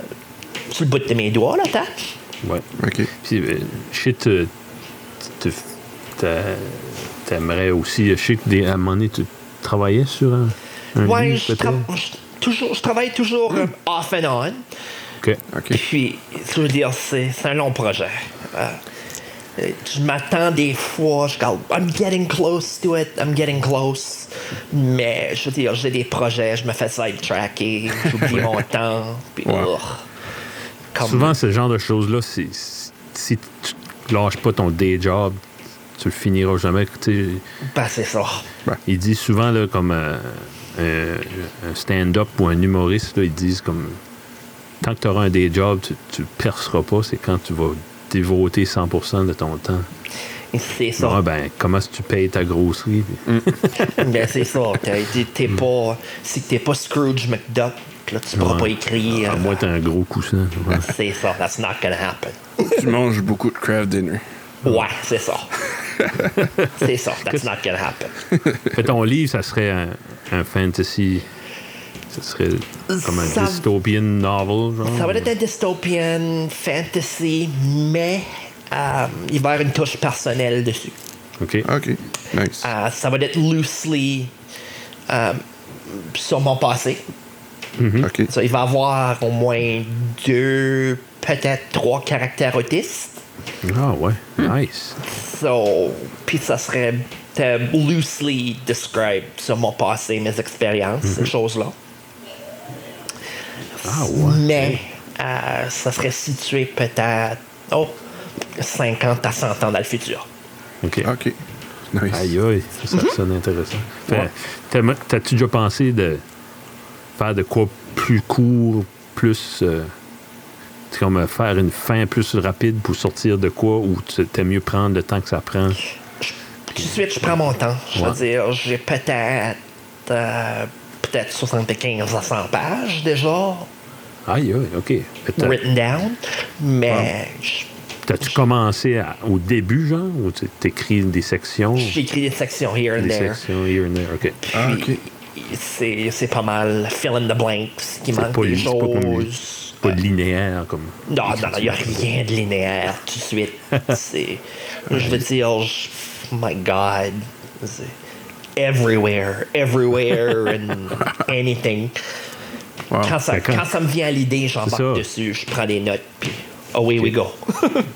Speaker 3: sur le bout de mes doigts, là, t'as.
Speaker 2: Ouais.
Speaker 1: Ok.
Speaker 2: Puis, euh, je sais que tu- tu- t'a- t'aimerais aussi. Je sais que des, à un moment donné, tu travaillais sur un. un
Speaker 3: Ouais,
Speaker 2: livre,
Speaker 3: je,
Speaker 2: peut-être?
Speaker 3: tra- je- toujours, je travaille toujours euh, off and on.
Speaker 2: OK.
Speaker 3: <laughs>
Speaker 1: Ok.
Speaker 3: Puis, ce que je veux dire, c'est c'est un long projet. Euh, euh, je m'attends des fois, je regarde, I'm getting close to it, I'm getting close. Mais, je veux dire, j'ai des projets, je me fais sidetracker, j'oublie mon temps. Puis,
Speaker 1: Ouais.
Speaker 3: urgh. Comme-
Speaker 2: Souvent, ce genre de choses-là, c'est- si si tu lâches pas ton day job, tu le finiras jamais. Tu sais,
Speaker 3: Ben, c'est ça.
Speaker 2: Ils disent souvent, là, comme euh, euh, un stand-up ou un humoriste, là, ils disent comme tant que tu auras un day job, tu, tu perceras pas, c'est quand tu vas dévoter 100% de ton temps.
Speaker 3: C'est ça.
Speaker 2: Ah ben, comment est-ce que tu payes ta grosserie? puis-
Speaker 3: <laughs> Ben, c'est ça. T'as- T'es t'es pas. Si t'es pas Scrooge McDuck, là, tu pourras
Speaker 2: Ouais.
Speaker 3: pas écrire.
Speaker 2: À moins que t'aies un gros coussin.
Speaker 3: <laughs>
Speaker 2: ouais.
Speaker 3: C'est ça, that's not gonna happen.
Speaker 1: tu manges beaucoup de craft dinner.
Speaker 3: Ouais, c'est ça. c'est ça, that's not gonna happen.
Speaker 2: Fait ton livre, ça serait un, un fantasy... Ça serait comme un
Speaker 3: Ça-
Speaker 2: dystopian novel, genre?
Speaker 3: Ça va être un dystopian, fantasy, mais euh, il va y avoir une touche personnelle dessus.
Speaker 2: OK.
Speaker 1: Ok. Nice.
Speaker 3: Euh, ça va être loosely euh, sur mon passé.
Speaker 1: Ok.
Speaker 3: Ça, il va y avoir au moins deux, peut-être trois caractères autistes.
Speaker 2: Ah ouais,
Speaker 3: Hmm.
Speaker 2: nice.
Speaker 3: So, puis ça serait euh, loosely described sur mon passé, mes expériences, ces choses-là.
Speaker 2: Mhm. Ah ouais.
Speaker 3: Mais euh, ça serait situé peut-être oh, 50 à 100 ans dans le futur.
Speaker 2: OK.
Speaker 1: Ok. Ah, Nice.
Speaker 2: Aïe aïe, ça sonne intéressant. Fait-
Speaker 3: Mm-hmm. Ouais.
Speaker 2: t'as- T'as-tu déjà pensé de faire de quoi plus court, plus. euh, c'est comme euh, faire une fin plus rapide pour sortir de quoi ou tu- t'aimes mieux prendre le temps que ça prend?
Speaker 3: Tout de suite, je prends mon temps. Je veux
Speaker 2: Ouais.
Speaker 3: dire, j'ai peut-être euh, peut-être 75 à 100 pages déjà
Speaker 2: Aïe aïe, OK. Fait t'as-
Speaker 3: written down, mais j-
Speaker 2: T'as-tu commencé à- au début, genre, ou tu- t'écris des sections?
Speaker 3: j'écris des sections here and
Speaker 2: Des
Speaker 3: there.
Speaker 2: sections here and there, OK.
Speaker 3: Euh,
Speaker 1: Ah, ok.
Speaker 3: Puis, C'est c'est pas mal fill in the blanks, qui manque
Speaker 2: pas
Speaker 3: des
Speaker 2: li- c'est pas comme lui.
Speaker 3: choses. Euh,
Speaker 2: Pas linéaire comme.
Speaker 3: Non, non, il n'y a rien de linéaire tout de
Speaker 2: <laughs>
Speaker 3: suite. C'est. Je veux dire, je- my God. C'est everywhere,
Speaker 2: <laughs>
Speaker 3: everywhere and anything.
Speaker 1: Wow.
Speaker 3: Quand ça,
Speaker 2: Mais ben, quand-
Speaker 3: quand ça me vient à l'idée, j'embarque
Speaker 2: ça.
Speaker 3: dessus, je prends des notes, puis away we go. <laughs>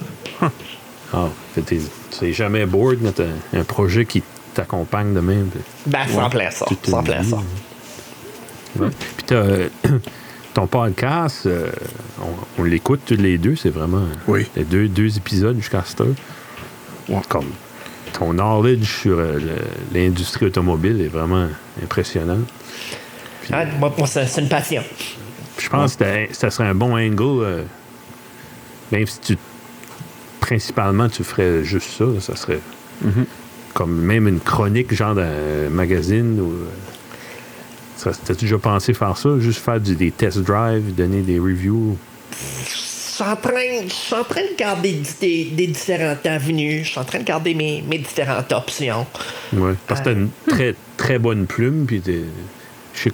Speaker 2: Ah, fait t'es- t'es jamais bored, mais t'as un projet qui t'accompagne de même. puis-
Speaker 3: Ben, sans plein ça,
Speaker 2: Toute
Speaker 3: sans
Speaker 2: une
Speaker 3: plein
Speaker 2: vie,
Speaker 3: ça. Hmm.
Speaker 2: hein. Ouais. Puis t'as, euh, ton podcast, euh, on, on l'écoute tous les deux, c'est vraiment
Speaker 1: Oui.
Speaker 2: les deux, deux épisodes jusqu'à cette heure.
Speaker 1: Ouais.
Speaker 2: Comme ton knowledge sur euh, le- l'industrie automobile est vraiment impressionnant. Puis,
Speaker 3: Hein, moi, moi, c'est c'est une passion.
Speaker 2: puis je pense que ça serait un bon angle, euh, même si tu principalement tu ferais juste ça, ça serait comme même une chronique genre d'un magazine ou euh, ça- t'as-tu déjà pensé faire ça, juste faire du- des test drives, donner des reviews.
Speaker 3: Je suis en train, je suis en train de garder des, des- des différentes avenues, je suis en train de garder mes, mes différentes options.
Speaker 2: Ouais. Parce que t'as une très très bonne plume puis t'es- je sais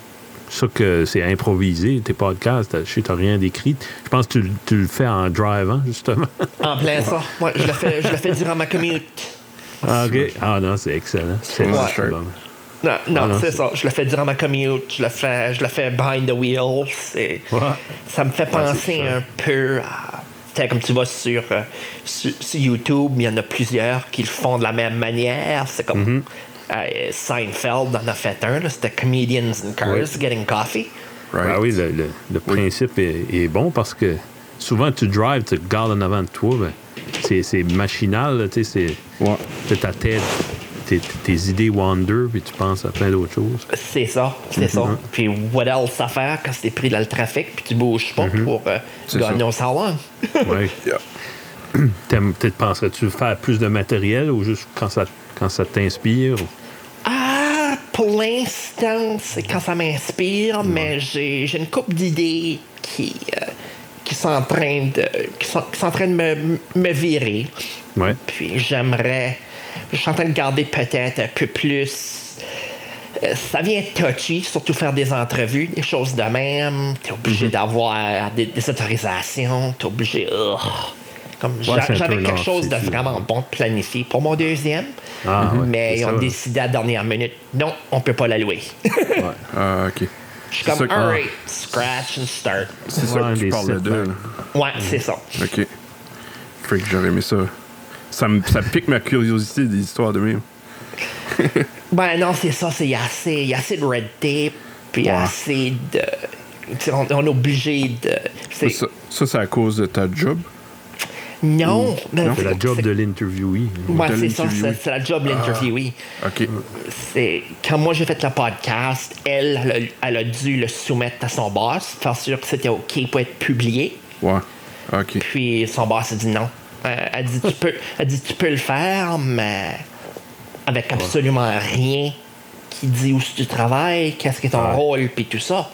Speaker 2: ça que c'est improvisé, tes podcasts, t'as- je sais t'as rien décrit. Je pense que tu, le- tu le fais en drivant, justement.
Speaker 3: En plein ça. Moi, je le fais, je le fais durant ma commute.
Speaker 2: <laughs> Ah, ok. Ah non, c'est excellent. C'est
Speaker 1: Ouais.
Speaker 2: super bon.
Speaker 3: Non, non,
Speaker 2: Ah non,
Speaker 3: c'est
Speaker 2: c'est-
Speaker 3: ça. Je le fais durant ma commute. Je le fais, je le fais behind the wheel. C'est-
Speaker 2: Ouais.
Speaker 3: Ça me fait penser
Speaker 2: c'est ça.
Speaker 3: un peu à. tu sais, Comme tu vas sur, euh, sur, sur YouTube, il y en a plusieurs qui le font de la même manière. C'est
Speaker 2: Mm-hmm.
Speaker 3: comme euh, Seinfeld en a fait un. là, C'était Comedians in Cars
Speaker 2: Ouais.
Speaker 3: Getting Coffee.
Speaker 1: Right.
Speaker 2: Ah oui, le, le- le principe est, est bon parce que souvent tu drives, tu regardes en avant de toi, ben, c'est, c'est machinal, là, tu sais, c'est
Speaker 1: Ouais.
Speaker 2: c'est ta tête. tes, tes idées wander, puis tu penses à plein d'autres choses.
Speaker 3: C'est ça, c'est ça.
Speaker 2: Mhm.
Speaker 3: Puis what else à faire quand c'est pris dans le trafic puis tu bouges pas pour euh,
Speaker 1: Mhm. C'est
Speaker 3: gagner
Speaker 1: ça.
Speaker 3: au salon?
Speaker 2: Ouais.
Speaker 1: Yeah.
Speaker 2: T'aimes- Peut-être penserais-tu faire plus de matériel ou juste quand ça, quand ça t'inspire? ou-
Speaker 3: Ah, pour l'instant, c'est quand ça m'inspire, mais j'ai j'ai une couple d'idées qui, euh, qui sont en train de, qui sont, qui sont en train de me, me virer.
Speaker 2: Ouais.
Speaker 3: Puis j'aimerais. Je suis en train de garder peut-être un peu plus. euh, Ça vient touchy, surtout faire des entrevues, des choses de même. T'es obligé
Speaker 2: Mhm.
Speaker 3: d'avoir des, des autorisations, t'es obligé. Ugh. Comme j'a-
Speaker 2: c'est un
Speaker 3: j'avais
Speaker 2: peu
Speaker 3: quelque
Speaker 2: long,
Speaker 3: chose de
Speaker 2: c'est- c'est-
Speaker 3: vraiment bon de planifier pour mon deuxième,
Speaker 2: Ah, ouais,
Speaker 3: mais
Speaker 2: c'est
Speaker 3: ils ont
Speaker 2: ça.
Speaker 3: décidé à la dernière minute, non, on peut pas
Speaker 2: <laughs>
Speaker 3: la louer.
Speaker 1: Ah, ok.
Speaker 3: Je suis
Speaker 1: C'est ça
Speaker 3: comme,
Speaker 1: que-
Speaker 3: alright, scratch and start.
Speaker 1: C'est ça
Speaker 2: Ouais,
Speaker 1: que tu
Speaker 2: les
Speaker 1: parles de,
Speaker 2: setbacks.
Speaker 1: là.
Speaker 3: Ouais,
Speaker 2: Mm.
Speaker 3: c'est ça.
Speaker 1: Ok. Freak, j'aurais aimé ça. Ça, me- ça pique ma curiosité des histoires de même.
Speaker 3: Ben non, c'est ça, c'est y a assez, y a assez de red tape, puis y a
Speaker 2: Ouais.
Speaker 3: assez de. tu sais, On, on est obligé de. c'est-
Speaker 1: Ça, ça, c'est à cause de ta job.
Speaker 3: Non, mais
Speaker 1: Non,
Speaker 2: Mm. C'est la job
Speaker 3: c'est-
Speaker 2: de l'interviewee.
Speaker 3: Ouais,
Speaker 1: de
Speaker 3: c'est ça,
Speaker 1: l'interviewé.
Speaker 3: c'est c'est la job de l'interviewé.
Speaker 1: Ok.
Speaker 3: C'est quand moi j'ai fait le podcast, elle, elle a- elle a dû le soumettre à son boss, faire sûr que c'était ok pour être publié.
Speaker 1: Ouais. Ok.
Speaker 3: Puis son boss a dit non. Euh, elle dit tu peux, elle dit tu peux le faire, mais avec absolument rien qui dit où tu travailles, qu'est-ce que ton
Speaker 2: Ouais.
Speaker 3: rôle, puis tout ça.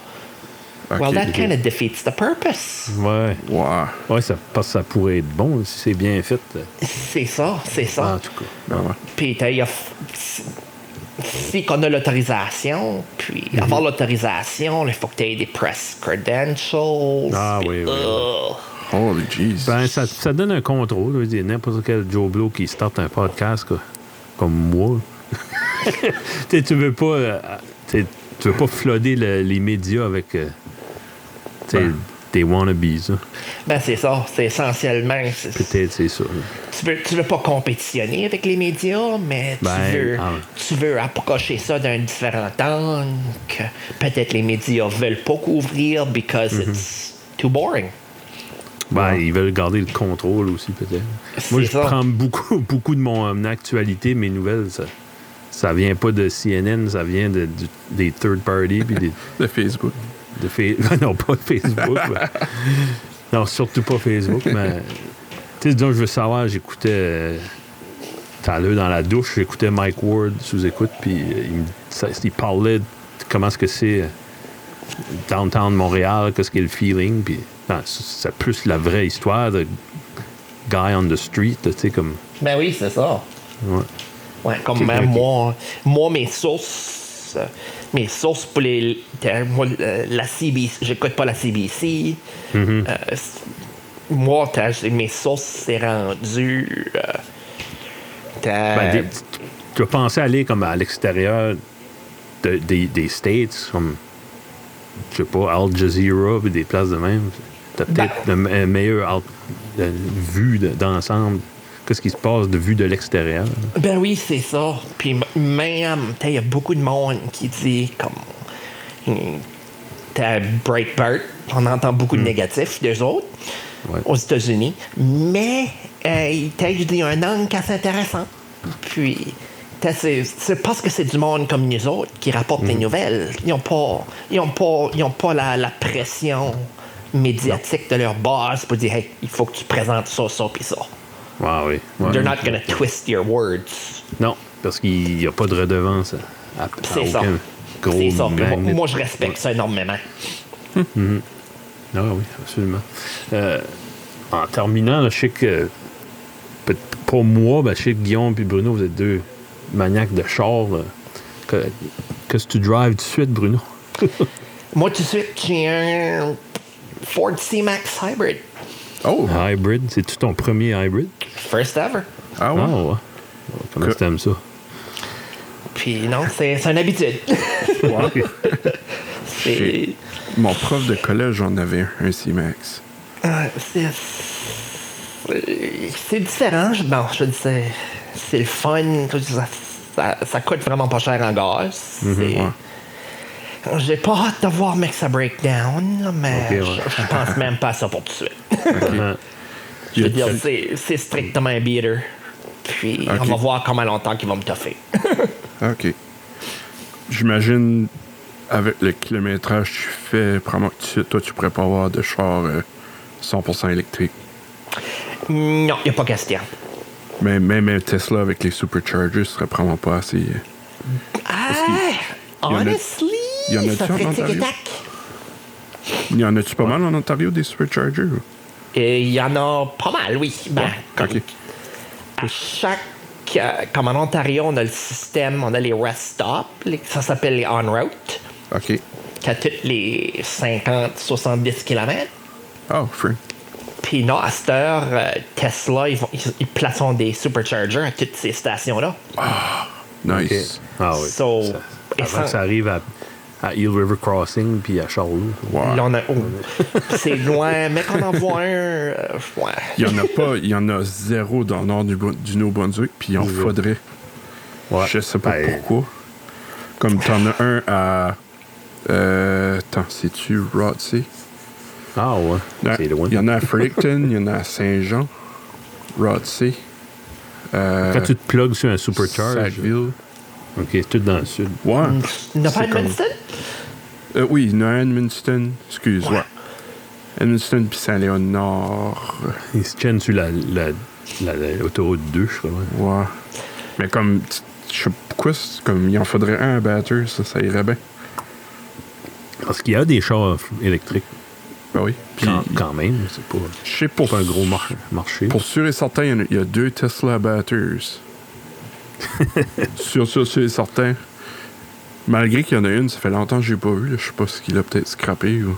Speaker 1: Ok.
Speaker 3: Well, that kind of defeats the purpose.
Speaker 2: Ouais.
Speaker 1: Ouais.
Speaker 2: Ouais, ça, parce que ça pourrait être bon si c'est bien fait. euh,
Speaker 3: C'est ça, c'est ça.
Speaker 2: En tout cas.
Speaker 1: Ben ouais.
Speaker 3: Puis t'as- y a f- si si qu'on a l'autorisation, puis
Speaker 2: Mhm.
Speaker 3: avant l'autorisation, il faut que tu aies des press credentials.
Speaker 2: Ah
Speaker 3: puis,
Speaker 2: oui, oui, oui.
Speaker 3: ugh.
Speaker 1: Holy jeez.
Speaker 2: Ben, ça, ça donne un contrôle. je veux dire, N'importe quel Joe Blow qui starte un podcast quoi, comme moi. <laughs> tu sais, tu veux pas. euh, tu sais, tu veux pas flooder le- les médias avec euh, tu sais,
Speaker 1: Ben.
Speaker 2: des wannabes. là.
Speaker 3: Ben c'est ça, c'est essentiellement. c'est-
Speaker 2: Peut-être, c'est ça.
Speaker 3: tu, veux, tu veux pas compétitionner avec les médias, mais tu,
Speaker 2: Ben,
Speaker 3: veux,
Speaker 2: ah.
Speaker 3: tu veux approcher ça d'un différent angle. que Peut-être les médias veulent pas couvrir because
Speaker 2: Mhm.
Speaker 3: it's too boring.
Speaker 2: Ben, ils veulent garder le contrôle aussi, peut-être. Moi,
Speaker 3: C'est
Speaker 2: je
Speaker 3: ça.
Speaker 2: prends beaucoup, <laughs> beaucoup de mon, euh, mon actualité, mes nouvelles. Ça, ça vient pas de CNN, ça vient de- du- des third parties. puis des,
Speaker 1: De Facebook.
Speaker 2: de Fa- <laughs> non, pas Facebook. mais- Non, surtout pas Facebook, mais. Tu sais, disons, je veux savoir, j'écoutais. euh, Tout à l'heure, dans la douche, j'écoutais Mike Ward sous écoute, puis euh, il, me- ça- il parlait de comment est-ce que c'est euh, downtown de Montréal, qu'est-ce qu'est le feeling, puis non, c'est c'est plus la vraie histoire de guy on the street, tu sais, comme.
Speaker 3: Ben oui, c'est ça.
Speaker 2: ouais.
Speaker 3: Ouais, comme
Speaker 2: Ok,
Speaker 3: euh,
Speaker 2: ok.
Speaker 3: moi, moi, mes sources, euh, mes sources pour les. euh, moi, euh, la CBC, j'écoute pas la CBC.
Speaker 2: Mhm.
Speaker 3: Euh, c- moi, t'as- j'ai- mes sources, c'est rendu. euh, t'as-
Speaker 2: Ben, des- tu- tu as pensé aller comme à l'extérieur de- des, des States, comme, je sais pas, Al Jazeera, puis des places de même. Tu as
Speaker 3: Ben-
Speaker 2: peut-être une un meilleure out- de- vue de- d'ensemble. Qu'est-ce qui se passe de vue de l'extérieur?
Speaker 3: Ben oui, c'est ça. Puis m- même, t'as, il y a beaucoup de monde qui dit comme. T'as Breitbart, on entend beaucoup de négatifs d'eux autres
Speaker 2: Hmm. Ouais.
Speaker 3: aux États-Unis, mais euh, il t'as, je dis, un angle qui est assez intéressant. Puis, t'as, c'est, c'est parce que c'est du monde comme nous autres qui rapporte
Speaker 2: Hmm.
Speaker 3: les nouvelles. Ils n'ont pas, ils ont pas, ils ont pas la, la pression médiatique de leur boss pour dire, hey, il faut que tu présentes ça, ça, puis ça.
Speaker 2: Ah oui. ouais.
Speaker 3: They're not going to twist your words.
Speaker 2: Non, parce qu'il n'y a pas de redevance à, à- à
Speaker 3: C'est ça.
Speaker 2: Ah, aucun gros
Speaker 3: C'est ça. Puis moi-
Speaker 2: magnet.
Speaker 3: Moi, je respecte ça énormément.
Speaker 2: Ah oui, absolument. Euh, en terminant, là, je sais que peut- pour moi, ben, je sais que Guillaume et Bruno, vous êtes deux maniaques de char. là. Que- Qu'est-ce que tu drives tout de suite, Bruno?
Speaker 3: Moi, tout de suite, j'ai un Ford C-Max Hybrid.
Speaker 1: Oh!
Speaker 2: Hybrid, c'est-tu ton premier hybrid?
Speaker 3: First ever.
Speaker 1: Ah
Speaker 2: Ah
Speaker 1: ouais?
Speaker 2: ouais. Comment
Speaker 1: Que-
Speaker 2: tu aimes ça?
Speaker 3: Puis non, c'est c'est
Speaker 2: <laughs>
Speaker 3: une habitude.
Speaker 1: Ouais.
Speaker 3: C'est
Speaker 1: Mon prof de collège en avait un, un C-Max.
Speaker 3: euh, c'est- c'est différent. Je- Bon, je dis, c'est- c'est le fun. Ça, ça- ça coûte vraiment pas cher en gaz.
Speaker 2: Mhm,
Speaker 3: C'est-
Speaker 1: ouais.
Speaker 3: J'ai pas hâte de voir Mexa Breakdown, là, mais
Speaker 2: Ok, ouais.
Speaker 3: je- je pense même pas à ça pour tout de suite.
Speaker 1: Ok.
Speaker 2: Ah,
Speaker 1: Y
Speaker 3: Je
Speaker 1: a-
Speaker 3: veux dire, c'est c'est strictement un beater. Puis
Speaker 1: Ok.
Speaker 3: on va voir comment longtemps qu'il va me toffer. <laughs>
Speaker 1: Ah, OK. J'imagine, avec le kilométrage que tu fais, probablement que tu- toi, tu pourrais pas avoir de char euh, 100% électrique.
Speaker 3: non, il n'y a pas question.
Speaker 1: Mais même un Tesla avec les superchargers serait probablement pas assez. euh, Est-ce qu'il- il y
Speaker 3: Ah,
Speaker 1: en a-
Speaker 3: honestly,
Speaker 1: il y en a-tu
Speaker 3: ça
Speaker 1: en
Speaker 3: ferait
Speaker 1: Ontario?
Speaker 3: tic-tac.
Speaker 1: Il y en a-tu pas mal en Ontario des superchargers?
Speaker 3: Et il y en a pas mal, oui. Ben, comme
Speaker 1: OK.
Speaker 3: à chaque. euh, comme en Ontario, on a le système, on a les rest stops, les- ça s'appelle les on-route,
Speaker 1: OK.
Speaker 3: qu'à toutes les 50, 70 km.
Speaker 1: Oh, free.
Speaker 3: Puis non, à cette heure, euh, Tesla, ils, vont, ils, ils placeront des superchargers à toutes ces stations-là.
Speaker 1: Nice.
Speaker 2: Ah oui.
Speaker 3: So,
Speaker 2: Ça-
Speaker 3: et
Speaker 2: avant
Speaker 3: sans-
Speaker 2: que ça arrive à, à Eel River Crossing puis à Charlevoix.
Speaker 1: Wow.
Speaker 3: Là, on a- oh, <laughs> c'est loin, mais qu'on en voit un. euh, ouais.
Speaker 1: Il y en a pas, il y en a zéro dans le nord du, Bo- du Nouveau-Brunswick, puis il en
Speaker 2: Zéro.
Speaker 1: faudrait.
Speaker 2: Ouais.
Speaker 1: Je sais pas
Speaker 2: Ben,
Speaker 1: pourquoi. Comme t'en as un à. Euh, attends, c'est-tu Rotsey?
Speaker 2: Ah ouais.
Speaker 1: Non,
Speaker 2: C'est loin.
Speaker 1: Il y en a à Fredericton, il y en a à Saint-Jean, Rodsey,
Speaker 2: Quand tu te plugues sur un supercharge,
Speaker 1: Sackville.
Speaker 2: ok, tout dans le sud.
Speaker 1: Ouais.
Speaker 3: Hmm. Il n'y en a pas
Speaker 1: C'est comme-
Speaker 3: Edmundston?
Speaker 1: Euh, oui, il y en a à Edmundston, excuse,
Speaker 3: Ouais.
Speaker 1: ouais. Edmundston puis Saint-Léonard.
Speaker 2: Ils se tiennent sur la, la, la- la- l'autoroute 2, je crois. ouais.
Speaker 1: Ouais. Mais comme, tu- je sais pas pourquoi, c'est comme il en faudrait un à Batters, ça, ça irait bien.
Speaker 2: Parce qu'il y a des chars électriques
Speaker 1: Ben oui. Puis,
Speaker 2: quand, quand même. C'est pas,
Speaker 1: je sais pour,
Speaker 2: c'est pas un gros mar- marché.
Speaker 1: pour sûr et certain, il y en a- il y, a deux Tesla à
Speaker 2: <laughs>
Speaker 1: Batters. sûr, sûr, sûr et certain. Malgré qu'il y en a une, ça fait longtemps que j'ai pas vu. là. Je sais pas ce qu'il a peut-être scrappé ou.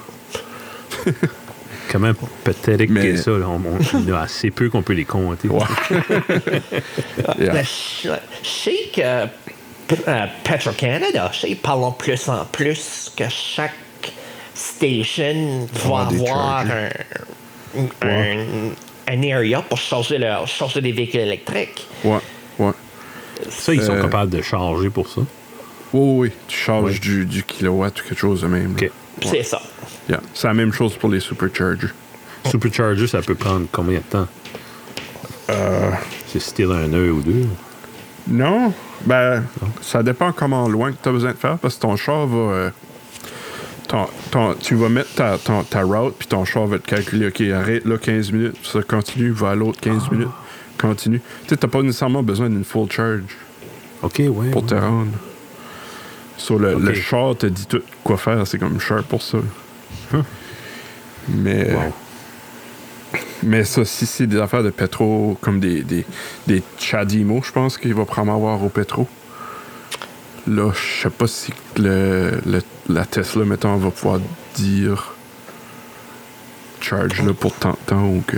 Speaker 2: Comment pathétique
Speaker 1: Mais-
Speaker 2: que ça. là, on- on- il y en a assez peu qu'on peut les compter.
Speaker 1: <laughs> Yeah.
Speaker 3: Ben, Je je sais que P- euh, Petro-Canada, je sais, ils parlent plus en plus que chaque station va
Speaker 1: Avoir des
Speaker 3: avoir un,
Speaker 1: chargers.
Speaker 3: un, un area pour charger, leur, charger des véhicules électriques.
Speaker 1: Ouais, ouais.
Speaker 2: Ça, ils sont
Speaker 1: Euh,
Speaker 2: capables de charger pour ça.
Speaker 1: Oui, oui, oui. Tu charges
Speaker 2: Ouais.
Speaker 1: du, du kilowatt ou quelque chose de même. là.
Speaker 2: OK.
Speaker 3: Puis C'est ça.
Speaker 1: Yeah. C'est la même chose pour les superchargers.
Speaker 2: Supercharger, ça peut prendre combien de temps?
Speaker 1: Euh.
Speaker 2: C'est style un heure ou deux.
Speaker 1: Non, ben, ça dépend comment loin que tu as besoin de faire parce que ton char va. euh, ton- ton- tu vas mettre ta, ton- ta route, puis ton char va te calculer, OK, arrête là 15 minutes, puis ça continue, va à l'autre 15 minutes, continue. Tu sais, t'as pas nécessairement besoin d'une full charge
Speaker 2: OK, ouais.
Speaker 1: pour
Speaker 2: ouais.
Speaker 1: te rendre. Sur le, le
Speaker 2: Ok.
Speaker 1: char, te dit tout quoi faire, c'est comme cher pour ça. Mais.
Speaker 2: Wow.
Speaker 1: Mais ça, si c'est des affaires de pétro, comme des, des, des Chadimo, je pense qu'il va probablement avoir au pétro. Là, je sais pas si le, le- la Tesla, mettons, va pouvoir dire charge là pour tant de temps ou que.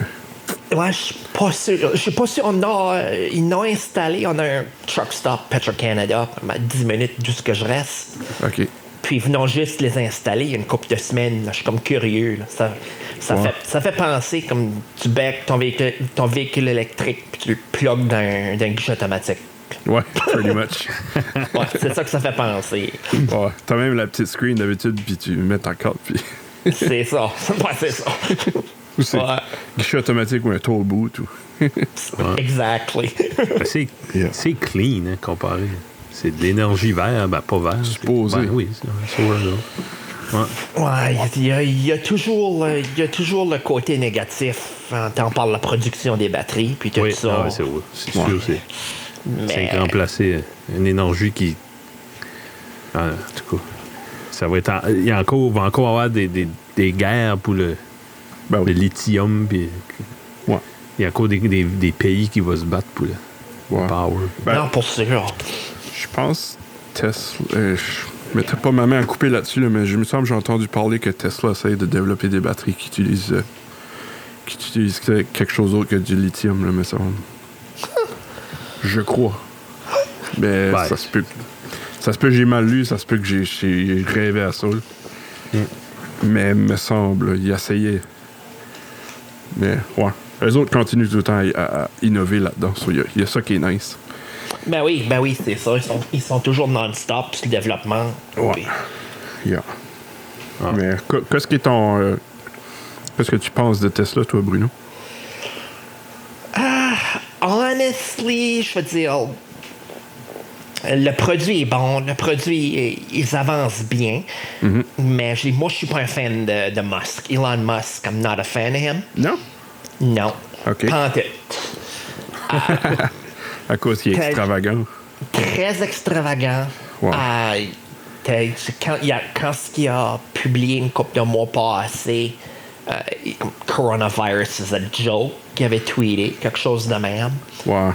Speaker 3: Ouais, je suis pas sûr. Je suis pas sûr. On a, euh, ils l'ont installé. On a un truck stop Petro-Canada, comme à 10 minutes d'où ce que je reste.
Speaker 1: Ok.
Speaker 3: Puis ils venons juste les installer il y a une couple de semaines. là. Je suis comme curieux. là. Ça, ça,
Speaker 1: Ouais.
Speaker 3: fait, ça fait penser comme tu becs ton véhicule, ton véhicule électrique puis tu le plugues dans un dans un guichet automatique.
Speaker 1: <laughs> Ouais, pretty much.
Speaker 2: <laughs>
Speaker 3: Ouais, c'est ça que ça fait penser.
Speaker 1: Ouais. T'as même la petite screen d'habitude, puis tu mets ta carte, puis.
Speaker 3: C'est ça. <laughs> Ouais, c'est ça.
Speaker 1: Ou c'est
Speaker 3: Ouais.
Speaker 1: guichet automatique ou un toll boot ou.
Speaker 3: Exactly.
Speaker 2: Ben, c'est
Speaker 1: Yeah.
Speaker 2: c'est clean, hein, comparé. C'est de l'énergie verte, ben pas verte.
Speaker 1: Supposé.
Speaker 2: Ben oui, c'est c'est vrai, là. Ouais.
Speaker 3: Ouais, il y, a- il y a toujours le- il y a toujours le côté négatif quand on parle de la production des batteries puis tout
Speaker 2: Oui,
Speaker 3: ça.
Speaker 2: ah ouais, c'est ouais, c'est
Speaker 1: Ouais.
Speaker 2: sûr, c'est
Speaker 3: Mais
Speaker 2: c'est remplacer une énergie qui. Ah, en tout cas, ça va être. en- Il y a encore, va encore avoir des, des, des guerres pour le,
Speaker 1: Ben
Speaker 2: le
Speaker 1: oui.
Speaker 2: lithium. puis
Speaker 1: Ouais.
Speaker 2: il y a encore des, des, des pays qui vont se battre pour le
Speaker 1: Ouais.
Speaker 2: power.
Speaker 1: Ben,
Speaker 3: non, pour sûr.
Speaker 1: Je pense Tesla. euh, je mettais pas ma main à couper là-dessus, là, mais je me semble que j'ai entendu parler que Tesla essaye de développer des batteries qui utilisent, euh, qui utilisent que- quelque chose d'autre que du lithium, là, me semble. Je crois. Mais
Speaker 2: Ben,
Speaker 1: ça se peut. que- Ça se peut que j'ai mal lu, ça se peut que j'ai- j'ai rêvé à ça. là. Mais me semble, il essayait. Mais ouais. Eux autres continuent tout le temps à, à- à innover là-dedans. So, Il y a- il y a ça qui est nice.
Speaker 3: Ben oui, ben oui, c'est ça. Ils sont, ils sont toujours non-stop sur le développement.
Speaker 1: Ouais.
Speaker 3: Puis-
Speaker 1: Yeah.
Speaker 2: Ah.
Speaker 1: Mais qu- qu'est-ce qui est ton. euh, qu'est-ce que tu penses de Tesla, toi, Bruno?
Speaker 3: Honest, Honestly, je veux dire, le produit est bon, le produit, est- ils avancent bien,
Speaker 1: Mhm.
Speaker 3: mais j'ai- moi, je suis pas un fan de, de Musk. Elon Musk, I'm not a fan of him.
Speaker 1: Non?
Speaker 3: Non.
Speaker 1: OK.
Speaker 3: Pas en tout.
Speaker 1: À cause qu'il est
Speaker 3: Quel-
Speaker 1: extravagant.
Speaker 3: Très extravagant.
Speaker 1: Wow.
Speaker 3: Euh, t'as- c'est quand, il a, quand ce qu'il a publié une couple de mois passés, euh, il- Coronavirus is a joke, qu'il avait tweeté, quelque chose de même.
Speaker 1: Wow.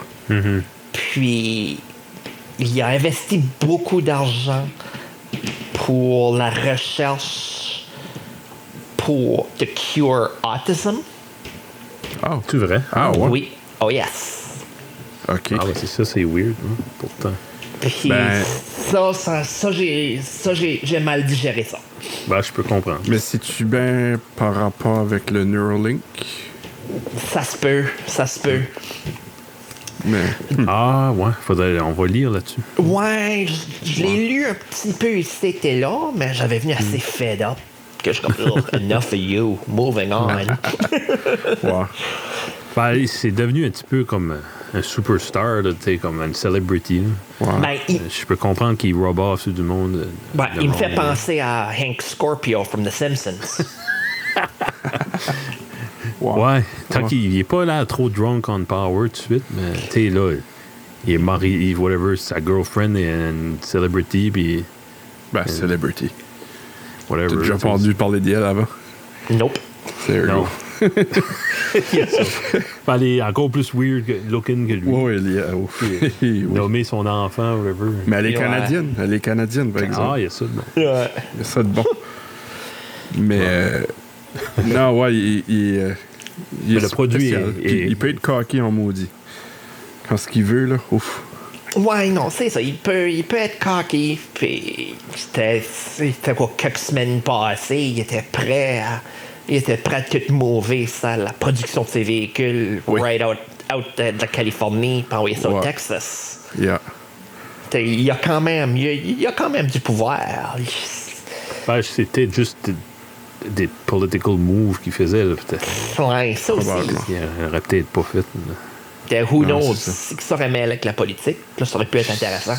Speaker 3: Puis, il a investi beaucoup d'argent pour la recherche pour The Cure Autism.
Speaker 1: Ah,
Speaker 2: C'est vrai?
Speaker 1: ah ouais?
Speaker 3: Oui. Oh, yes.
Speaker 1: OK.
Speaker 2: Ah, ben, c'est ça, c'est weird, hein, pourtant.
Speaker 3: Puis,
Speaker 1: Ben-
Speaker 3: ça, ça, ça, j'ai, ça j'ai, j'ai mal digéré ça.
Speaker 2: Ben, je peux comprendre.
Speaker 1: Mais si tu bien par rapport avec le Neuralink,
Speaker 3: Ça se peut, ça se peut.
Speaker 1: mais
Speaker 2: <laughs> Ah, ouais, faudrait, on va lire là-dessus.
Speaker 3: Ouais, je- je l'ai lu un petit peu ici, c'était là, mais j'avais venu
Speaker 1: Mm.
Speaker 3: assez fed up que je suis comme, oh, <laughs> enough of you, moving on.
Speaker 1: wow.
Speaker 2: Ben, c'est devenu un petit peu comme un superstar, là, tu sais, comme une celebrity. là.
Speaker 1: wow.
Speaker 3: ben, il-
Speaker 2: Euh, Je peux comprendre qu'il rob off sur du monde. euh,
Speaker 3: Ben,
Speaker 2: le
Speaker 3: il me fait
Speaker 2: monde,
Speaker 3: penser à Hank Scorpio from
Speaker 1: <laughs>
Speaker 3: The Simpsons.
Speaker 2: euh,
Speaker 1: wow.
Speaker 2: Ouais, tant
Speaker 1: Ouais.
Speaker 2: qu'il n'est pas là trop drunk on power tout de suite, mais tu sais, là, il est marié, whatever, sa girlfriend est une celebrity, puis
Speaker 1: Ben, celebrity.
Speaker 2: whatever.
Speaker 1: T'as déjà
Speaker 2: tu sais.
Speaker 1: entendu parler d'elle avant?
Speaker 3: nope.
Speaker 1: There you
Speaker 2: Non.
Speaker 1: <laughs>
Speaker 2: <laughs>
Speaker 1: go.
Speaker 2: Ben, elle est encore plus weird que- looking que lui.
Speaker 1: Ouais, elle
Speaker 2: <laughs>
Speaker 1: est- oh. <laughs> Oui.
Speaker 2: Nommer son enfant, whatever.
Speaker 1: Mais elle est
Speaker 3: Ouais.
Speaker 1: canadienne. Elle est canadienne, par
Speaker 2: Ah,
Speaker 1: exemple.
Speaker 2: il y a ça. dedans.
Speaker 3: Ouais.
Speaker 1: Il y a ça de bon. Mais. euh, non, ouais, il. il, euh, il
Speaker 2: Mais le produit
Speaker 1: spécial.
Speaker 2: est-
Speaker 1: Puis
Speaker 2: est-
Speaker 1: Il peut être coqué en maudit. Quand ce qu'il veut, là, ouf.
Speaker 3: Ouais, non, c'est ça. Il peut, il peut être cocky. Puis, c'était c'était quoi, quelques semaines passées, il était prêt à, il était prêt à tout mouver, ça, la production de ses véhicules,
Speaker 1: Oui.
Speaker 3: right out, out de, de la Californie, puis envoyer ça au
Speaker 1: Ouais.
Speaker 3: Texas.
Speaker 1: Yeah.
Speaker 3: T'sais, Il y a quand même, il y a, il y a quand même du pouvoir. Il-
Speaker 2: Ben, C'était juste des- des political moves qu'il faisait, là, peut-être.
Speaker 3: Ouais, ça aussi.
Speaker 1: Probablement.
Speaker 2: Il aurait peut-être pas fait. là.
Speaker 3: T'sais, Who
Speaker 1: Non,
Speaker 3: knows?
Speaker 1: c'est ça.
Speaker 3: Si ça aurait mêlé avec la politique, là, ça aurait pu être intéressant.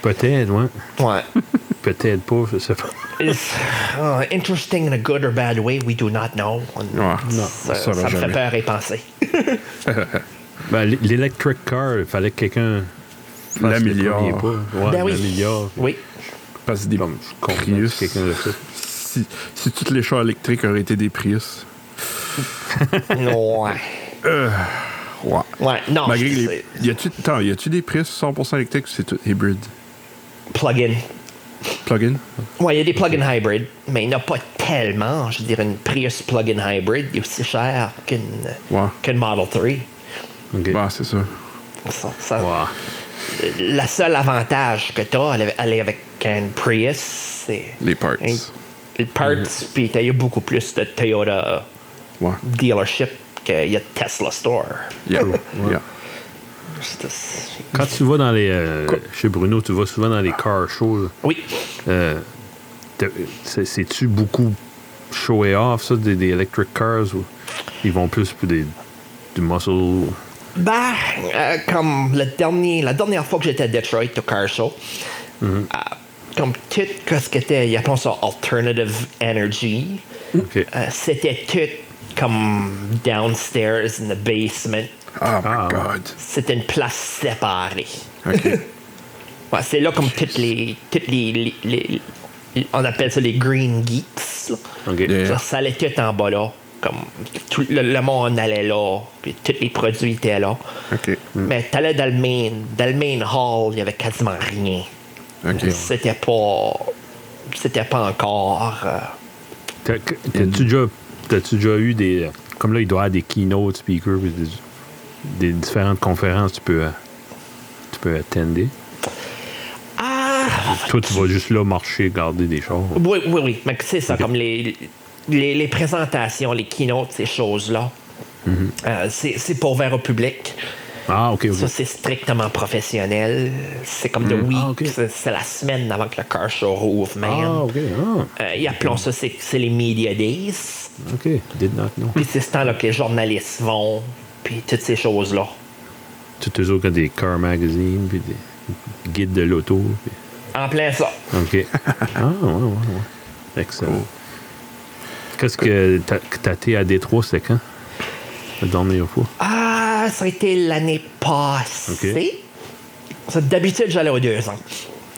Speaker 2: Peut-être, ouais.
Speaker 3: Ouais.
Speaker 2: Peut-être pas, je sais pas.
Speaker 3: It's uh, interesting in a good or bad way, we do not know. On-
Speaker 1: Ouais. Non,
Speaker 3: ça,
Speaker 1: ça va
Speaker 3: ça me fait
Speaker 1: jamais.
Speaker 3: peur et penser.
Speaker 2: Ben, l- L'electric car, il fallait que quelqu'un fasse le
Speaker 1: L'améliore.
Speaker 2: premier pas. Ouais,
Speaker 3: Ben oui.
Speaker 2: l'améliore.
Speaker 3: Oui.
Speaker 1: Parce que des
Speaker 2: Comme je comprends que
Speaker 1: Prius.
Speaker 2: quelqu'un le fait.
Speaker 1: Si, si toutes les chars électriques auraient été des Prius.
Speaker 3: ouais.
Speaker 1: Ouais.
Speaker 3: Ouais. Non.
Speaker 1: Malgré que
Speaker 3: c'est
Speaker 1: les. Y a-tu attends, y a-tu des Prius 100% électriques ou c'est tout hybride?
Speaker 3: Plug-in.
Speaker 1: Plug-in?
Speaker 3: Ouais, il y a des plug-in hybrid, mais il n'y en a pas tellement. Je veux dire, une Prius plug-in hybrid est aussi chère qu'une
Speaker 1: Ouais.
Speaker 3: qu'une Model 3.
Speaker 2: Ok.
Speaker 1: Bah, c'est ça.
Speaker 3: Ça- ça-
Speaker 2: Wow.
Speaker 3: La seule avantage que tu as à aller avec une Prius, c'est.
Speaker 1: Les parts.
Speaker 3: Hein, Les parts, puis tu as beaucoup plus de Toyota
Speaker 1: Ouais.
Speaker 3: dealership qu'il y a de Tesla Store.
Speaker 1: Yeah. yeah.
Speaker 3: C'est-
Speaker 2: Quand tu vas dans les. euh, chez Bruno, tu vas souvent dans les car shows. là.
Speaker 3: Oui.
Speaker 2: Euh, t'as- c'est- C'est-tu beaucoup show et off, ça, des, des electric cars? Ou ils vont plus pour des, du muscle.
Speaker 3: Ben, euh, comme le dernier, la dernière fois que j'étais à Detroit au Car Show, euh, comme tout ce qui était, ils appellent ça alternative energy,
Speaker 2: Ok.
Speaker 3: euh, c'était tout comme downstairs in the basement.
Speaker 1: Oh my
Speaker 2: Ah, ouais.
Speaker 1: god.
Speaker 3: C'était une place séparée.
Speaker 2: <laughs>
Speaker 1: OK.
Speaker 3: Ouais, c'est là comme toutes les, toutes les, les- les- les- on appelle ça les green geeks. là.
Speaker 2: Ok.
Speaker 1: Yeah.
Speaker 3: Ça, ça allait tout en bas là. Comme tout le, le monde allait là, puis tous les produits étaient là.
Speaker 1: OK.
Speaker 2: Mm.
Speaker 3: Mais t'allais dans le main, dans le main hall, il y avait quasiment rien.
Speaker 1: OK.
Speaker 3: C'était pas. C'était pas encore. euh,
Speaker 2: T'as- T'as-tu déjà, t'as-tu déjà eu des. euh, Comme là, il doit y avoir des keynote speakers, puis des, des différentes conférences que tu peux, euh, tu peux attendre.
Speaker 3: Ah!
Speaker 2: Toi, tu vas juste là marcher, garder des choses.
Speaker 3: Oui, oui, oui. Mais c'est ça, comme les, les, les présentations, les keynotes, ces choses-là.
Speaker 2: Mm-hmm.
Speaker 3: Euh, c'est c'est pas ouvert au public.
Speaker 2: Ah, ok,
Speaker 3: Ça,
Speaker 2: ok.
Speaker 3: c'est strictement professionnel. C'est comme le week.
Speaker 2: Ah, ok.
Speaker 3: C'est c'est la semaine avant que le car show rouvre,
Speaker 2: Ah,
Speaker 3: man.
Speaker 2: ok. Ah,
Speaker 3: Euh, ils appellent ça, c'est c'est les Media Days.
Speaker 2: ok. Did not know.
Speaker 3: Puis c'est ce temps-là que les journalistes vont, puis toutes ces choses-là.
Speaker 2: Tout eux autres ont des car magazines, puis des guides de l'auto. puis-
Speaker 3: En plein ça. <laughs>
Speaker 2: OK. ah, ouais, ouais, ouais. Excellent. Qu'est-ce que t'as- que t'as été à Détroit, c'était quand? La dernière fois.
Speaker 3: Ah, ça a été l'année passée. Ça, D'habitude, j'allais aux deux ans.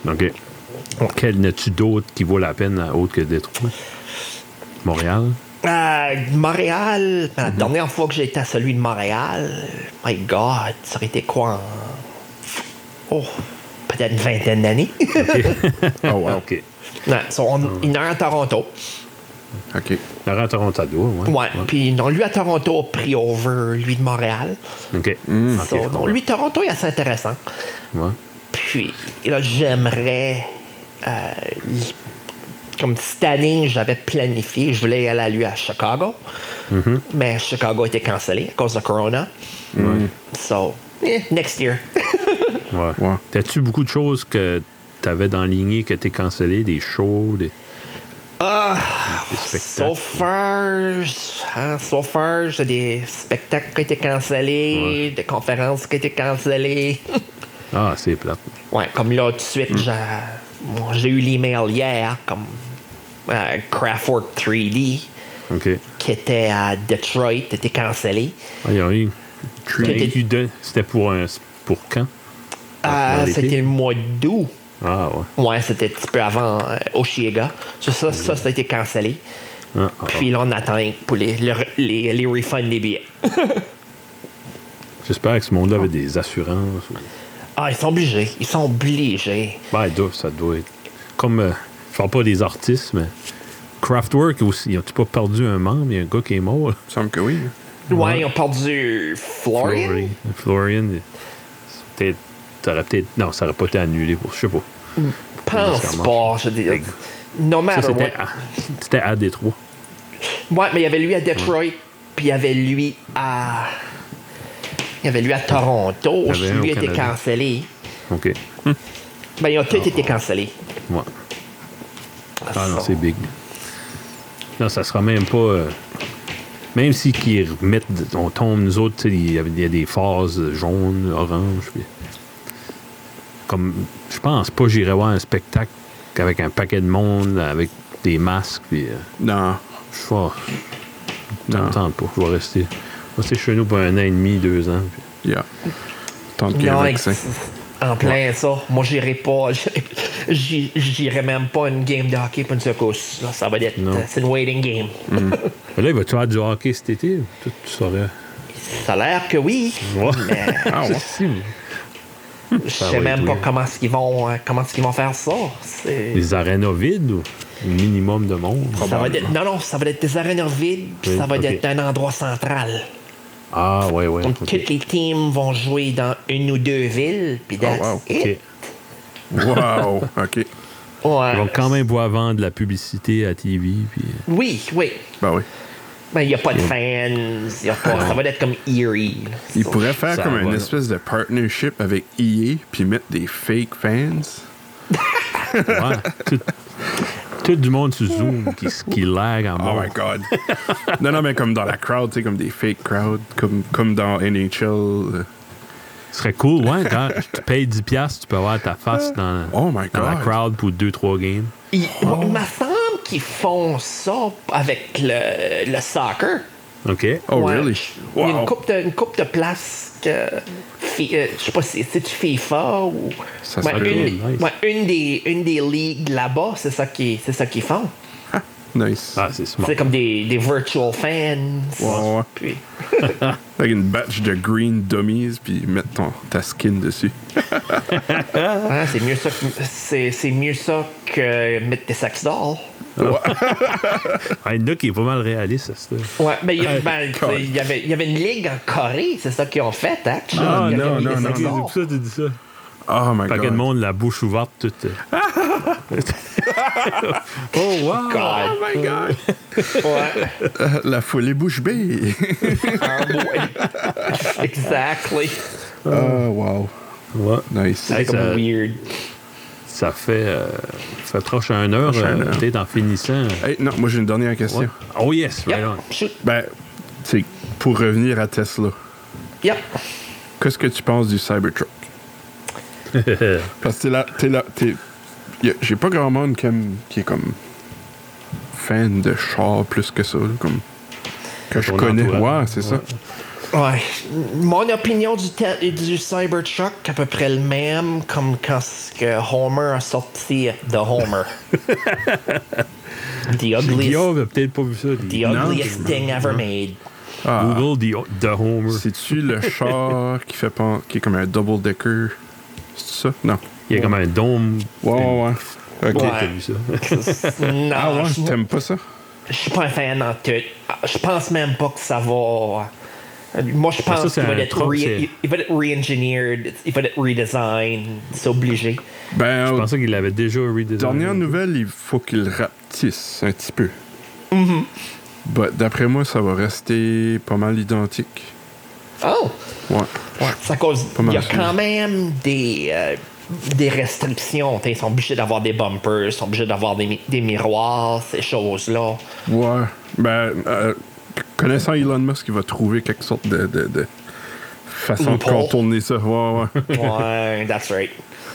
Speaker 2: OK. Quel n'as-tu d'autre qui vaut la peine à autre que Détroit? Montréal?
Speaker 3: À Euh, Montréal, la dernière fois que j'étais à celui de Montréal, my God, ça aurait été quoi en- Oh, peut-être une vingtaine d'années. Oh,
Speaker 1: Ah, wow.
Speaker 2: Ah,
Speaker 1: OK.
Speaker 2: OK.
Speaker 3: Ouais, <laughs> so, on- une heure à Toronto.
Speaker 2: Alors, à Toronto, à Doha, ouais.
Speaker 3: Ouais, puis non, lui à Toronto a pris over, lui de Montréal.
Speaker 2: OK. OK,
Speaker 3: So,
Speaker 2: je
Speaker 3: non,
Speaker 2: comprends.
Speaker 3: Mm. lui, Toronto est assez intéressant.
Speaker 2: Ouais.
Speaker 3: hein. Puis, et là, j'aimerais. euh, j- comme cette année, j'avais planifié, je voulais y aller à lui à Chicago.
Speaker 2: Mm-hmm.
Speaker 3: Mais Chicago a été cancellé à cause de Corona. So, eh, next year.
Speaker 2: Ouais.
Speaker 1: Ouais.
Speaker 2: T'as-tu beaucoup de choses que t'avais dans la lignée que t'es cancellé, des shows, des, des spectacles?
Speaker 3: so far, j- hein, so far, j'ai des spectacles qui ont été cancellés, des conférences qui ont été cancellées.
Speaker 2: Ah, c'est plate.
Speaker 3: Ouais, comme là, tout de suite,
Speaker 2: Mm.
Speaker 3: j'ai- moi, j'ai eu l'email hier, comme euh, Craftwork 3D,
Speaker 2: OK.
Speaker 3: qui était à Detroit, était cancellé.
Speaker 2: Ah, il y a eu-
Speaker 3: C'était-
Speaker 2: il y a eu deux- C'était pour un. Pour quand?
Speaker 3: Euh,
Speaker 2: Ah, Dans l'été?
Speaker 3: c'était le mois d'août.
Speaker 2: Ah, ouais.
Speaker 3: Ouais, c'était un petit peu avant euh, Oshiega. Ça, ça, ça, ça a été cancellé.
Speaker 2: Ah, ah,
Speaker 3: Puis là, on attend pour les, le- les, les refunds des billets.
Speaker 2: ah. J'espère que ce monde-là avait des assurances. ou-
Speaker 3: Ah, ils sont obligés. Ils sont obligés.
Speaker 2: Ben, doit- ça doit être. Comme. euh, je parle pas des artistes, mais. Kraftwerk aussi. Ils ont-tu pas perdu un membre? Il y a un gars qui est mort. là.
Speaker 1: Il me semble que oui.
Speaker 3: Ouais, ils ont perdu Florian.
Speaker 2: Florian. Florian. c'est Peut-être. ça aurait peut-être. Non, ça aurait pas été annulé. Pour, je sais pas.
Speaker 3: Pense
Speaker 2: Ça marche.
Speaker 3: pas, je veux dire. No
Speaker 2: Ça,
Speaker 3: matter
Speaker 2: c'était
Speaker 3: what.
Speaker 2: à, c'était à Détroit.
Speaker 3: Ouais, mais il y avait lui à Detroit, puis il y avait lui à. Il y avait lui à Toronto.
Speaker 2: y avait un
Speaker 3: lui
Speaker 2: au
Speaker 3: a été
Speaker 2: Canada.
Speaker 3: cancellé.
Speaker 2: OK.
Speaker 3: Ben, ils ont tous été cancellés.
Speaker 2: Ouais. Ah non, c'est big. Non, ça sera même pas. euh, même si qu'ils remettent, on tombe, nous autres, tu sais, il y, a- il y a des phases jaunes, oranges. puis- comme, je pense pas, j'irai voir un spectacle avec un paquet de monde, avec des masques. Puis, euh,
Speaker 1: Non.
Speaker 2: je suis fort. Ça me
Speaker 1: Non.
Speaker 2: tente pas. Je vais rester, je vais rester chez nous pour un an et demi, deux ans. puis-
Speaker 1: Yeah. Tant qu'il y a
Speaker 3: Non,
Speaker 1: un
Speaker 3: ex-
Speaker 1: vaccin.
Speaker 3: en plein ça. Moi, j'irai pas. <laughs> j'y- J'irai même pas une game de hockey pour une secousse. là. ça va être.
Speaker 2: Non.
Speaker 3: C'est une waiting game.
Speaker 2: Mais là, il va-tu avoir du hockey cet été? Tout, tu saurais.
Speaker 3: Ça a l'air que oui.
Speaker 2: <laughs> Ouais.
Speaker 1: Ah, ouais.
Speaker 2: Si, mais-
Speaker 3: Je
Speaker 2: Ça va
Speaker 3: sais
Speaker 2: être
Speaker 3: même pas
Speaker 2: weird.
Speaker 3: comment est-ce qu'ils vont, euh, comment est-ce qu'ils vont faire ça. C'est-
Speaker 2: Des arénas vides ou un minimum de monde?
Speaker 3: Ça va être- non, non, ça va être des arénas vides, puis
Speaker 2: Oui,
Speaker 3: ça va
Speaker 2: ok.
Speaker 3: être un endroit central.
Speaker 2: Ah, ouais, ouais.
Speaker 3: Donc,
Speaker 2: ok.
Speaker 3: toutes les teams vont jouer dans une ou deux villes, puis that's
Speaker 1: Ah, wow.
Speaker 3: it.
Speaker 2: Ok.
Speaker 1: Wow. OK.
Speaker 3: Ouais.
Speaker 2: Ils vont quand même pouvoir vendre de la publicité à TV. Puis...
Speaker 3: Oui, oui.
Speaker 1: Ben oui.
Speaker 3: Mais il n'y a pas de fans, y a pas, ça va être comme eerie. là.
Speaker 1: Ah. Ils
Speaker 3: Ça-
Speaker 1: pourraient faire
Speaker 2: ça
Speaker 1: comme
Speaker 2: va,
Speaker 1: une
Speaker 2: là.
Speaker 1: espèce de partnership avec EA puis mettre des fake fans.
Speaker 2: euh, Ouais. <laughs> tout, tout du monde sur Zoom qui, qui lag en
Speaker 1: Oh
Speaker 2: mort.
Speaker 1: my god. <laughs> non, non, mais comme dans la crowd, tu sais, comme des fake crowds, comme, comme dans NHL. euh,
Speaker 2: Ce serait cool, ouais. Quand tu payes 10$, piastres, tu peux avoir ta face dans,
Speaker 1: Oh my
Speaker 2: dans la
Speaker 1: God.
Speaker 2: crowd pour 2-3 games.
Speaker 3: Il,
Speaker 1: Ah.
Speaker 3: ouais, il me semble qu'ils font ça avec le, le soccer.
Speaker 2: OK.
Speaker 1: Oh,
Speaker 3: Ouais.
Speaker 1: really?
Speaker 3: Il y a une
Speaker 1: Wow.
Speaker 3: coupe de, une coupe de places que. fi- euh, je sais pas si c'est du FIFA ou.
Speaker 1: Ça
Speaker 3: Ouais,
Speaker 1: serait
Speaker 3: une,
Speaker 2: cool, nice.
Speaker 3: ouais, une des, une des ligues là-bas, c'est ça qui- c'est ça qu'ils font.
Speaker 1: Nice.
Speaker 2: Ah, c'est smart.
Speaker 3: C'est comme des, des virtual fans.
Speaker 1: Ouais, ouais.
Speaker 3: Puis-
Speaker 1: Avec une batch de green dummies puis mettre ton, ta skin dessus.
Speaker 3: Ouais, c'est mieux ça que, c'est, c'est mieux ça que mettre des sex dolls.
Speaker 2: Ah, Il y en a qui est pas mal réaliste, ça. c'est-
Speaker 3: Ouais, mais il y, a-
Speaker 2: Hey,
Speaker 3: ben, tu sais, il y avait, il y avait une ligue en Corée, c'est ça qu'ils ont fait, hein? qui-
Speaker 1: Ah,
Speaker 3: qui avait
Speaker 1: non,
Speaker 3: mis
Speaker 1: non, non,
Speaker 3: des
Speaker 2: Ok,
Speaker 3: sex dolls.
Speaker 2: c'est pour ça que tu dis ça.
Speaker 1: Oh my
Speaker 2: Paquet de
Speaker 1: god.
Speaker 2: monde, la bouche ouverte, tout. euh. <laughs> oh, wow!
Speaker 3: God.
Speaker 1: Oh my god. <laughs>
Speaker 3: Ouais.
Speaker 1: Euh, La folie bouche bée.
Speaker 3: Ah, ouais. <laughs> exactly.
Speaker 1: oh wow.
Speaker 2: Ouais.
Speaker 1: Nice.
Speaker 3: C'est
Speaker 2: Hey,
Speaker 3: comme
Speaker 2: ça-
Speaker 3: weird.
Speaker 2: Ça fait, euh, ça fait proche à une heure,
Speaker 1: à une
Speaker 2: euh,
Speaker 1: heure.
Speaker 2: peut-être en finissant.
Speaker 1: Hey, non, moi j'ai une dernière question.
Speaker 2: Ouais. Oh yes, right
Speaker 3: Yep.
Speaker 2: on.
Speaker 3: Shoot.
Speaker 1: Ben, c'est pour revenir à Tesla.
Speaker 3: Yep.
Speaker 1: qu'est-ce que tu penses du Cybertruck?
Speaker 2: <laughs>
Speaker 1: Parce que t'es là, t'es là, t'es. y a- J'ai pas grand monde qui, aime- qui est comme fan de char plus que ça, là, comme que je
Speaker 2: Ton
Speaker 1: connais.
Speaker 2: entourage.
Speaker 1: Ouais, c'est ça.
Speaker 3: Ouais. Mon opinion du, te- du Cybertruck, à peu près le même, comme quand ce que uh, Homer a sorti
Speaker 2: <laughs>
Speaker 3: The Homer. the ugliest,
Speaker 2: Guillaume a peut-être pas vu ça.
Speaker 3: the ugliest thing ever
Speaker 2: Mm-hmm.
Speaker 3: made.
Speaker 1: Ah,
Speaker 2: Google the, the Homer.
Speaker 1: c'est-tu le char qui fait pen- qui est comme un double decker? C'est ça? Non.
Speaker 2: Il y a comme un dôme.
Speaker 1: Ouais, ouais, ouais. Ok.
Speaker 2: Peut-être
Speaker 3: Ouais.
Speaker 2: t'as vu ça.
Speaker 3: Non,
Speaker 1: Ah ouais,
Speaker 3: je-
Speaker 1: t'aimes pas ça?
Speaker 3: je suis pas un fan en tout. Ah, Je pense même pas que ça va. euh, Moi, je
Speaker 2: ça,
Speaker 3: pense
Speaker 2: c'est
Speaker 3: qu'il va
Speaker 2: un
Speaker 3: être
Speaker 2: truc,
Speaker 3: re-
Speaker 2: c'est-
Speaker 3: il va être re-engineered, il va être redesigned, c'est obligé.
Speaker 1: Ben,
Speaker 2: Je
Speaker 1: aux
Speaker 2: pensais qu'il l'avait déjà redesigné.
Speaker 1: dernières nouvelles, il faut qu'il rapetisse un petit peu. Bah, D'après moi, ça va rester pas mal identique.
Speaker 3: Oh!
Speaker 1: Ouais.
Speaker 3: Ça cause.
Speaker 1: Pas mal
Speaker 3: Il y a
Speaker 1: sûr.
Speaker 3: quand même des, euh, des restrictions. t'sais, Ils sont obligés d'avoir des bumpers, ils sont obligés d'avoir des, mi- des miroirs, ces choses-là.
Speaker 1: Ouais. Ben, euh, connaissant Elon Musk, il va trouver quelque sorte de, de, de façon de
Speaker 3: Loophole.
Speaker 1: contourner ça. Ouais, ouais.
Speaker 3: Ouais, that's right.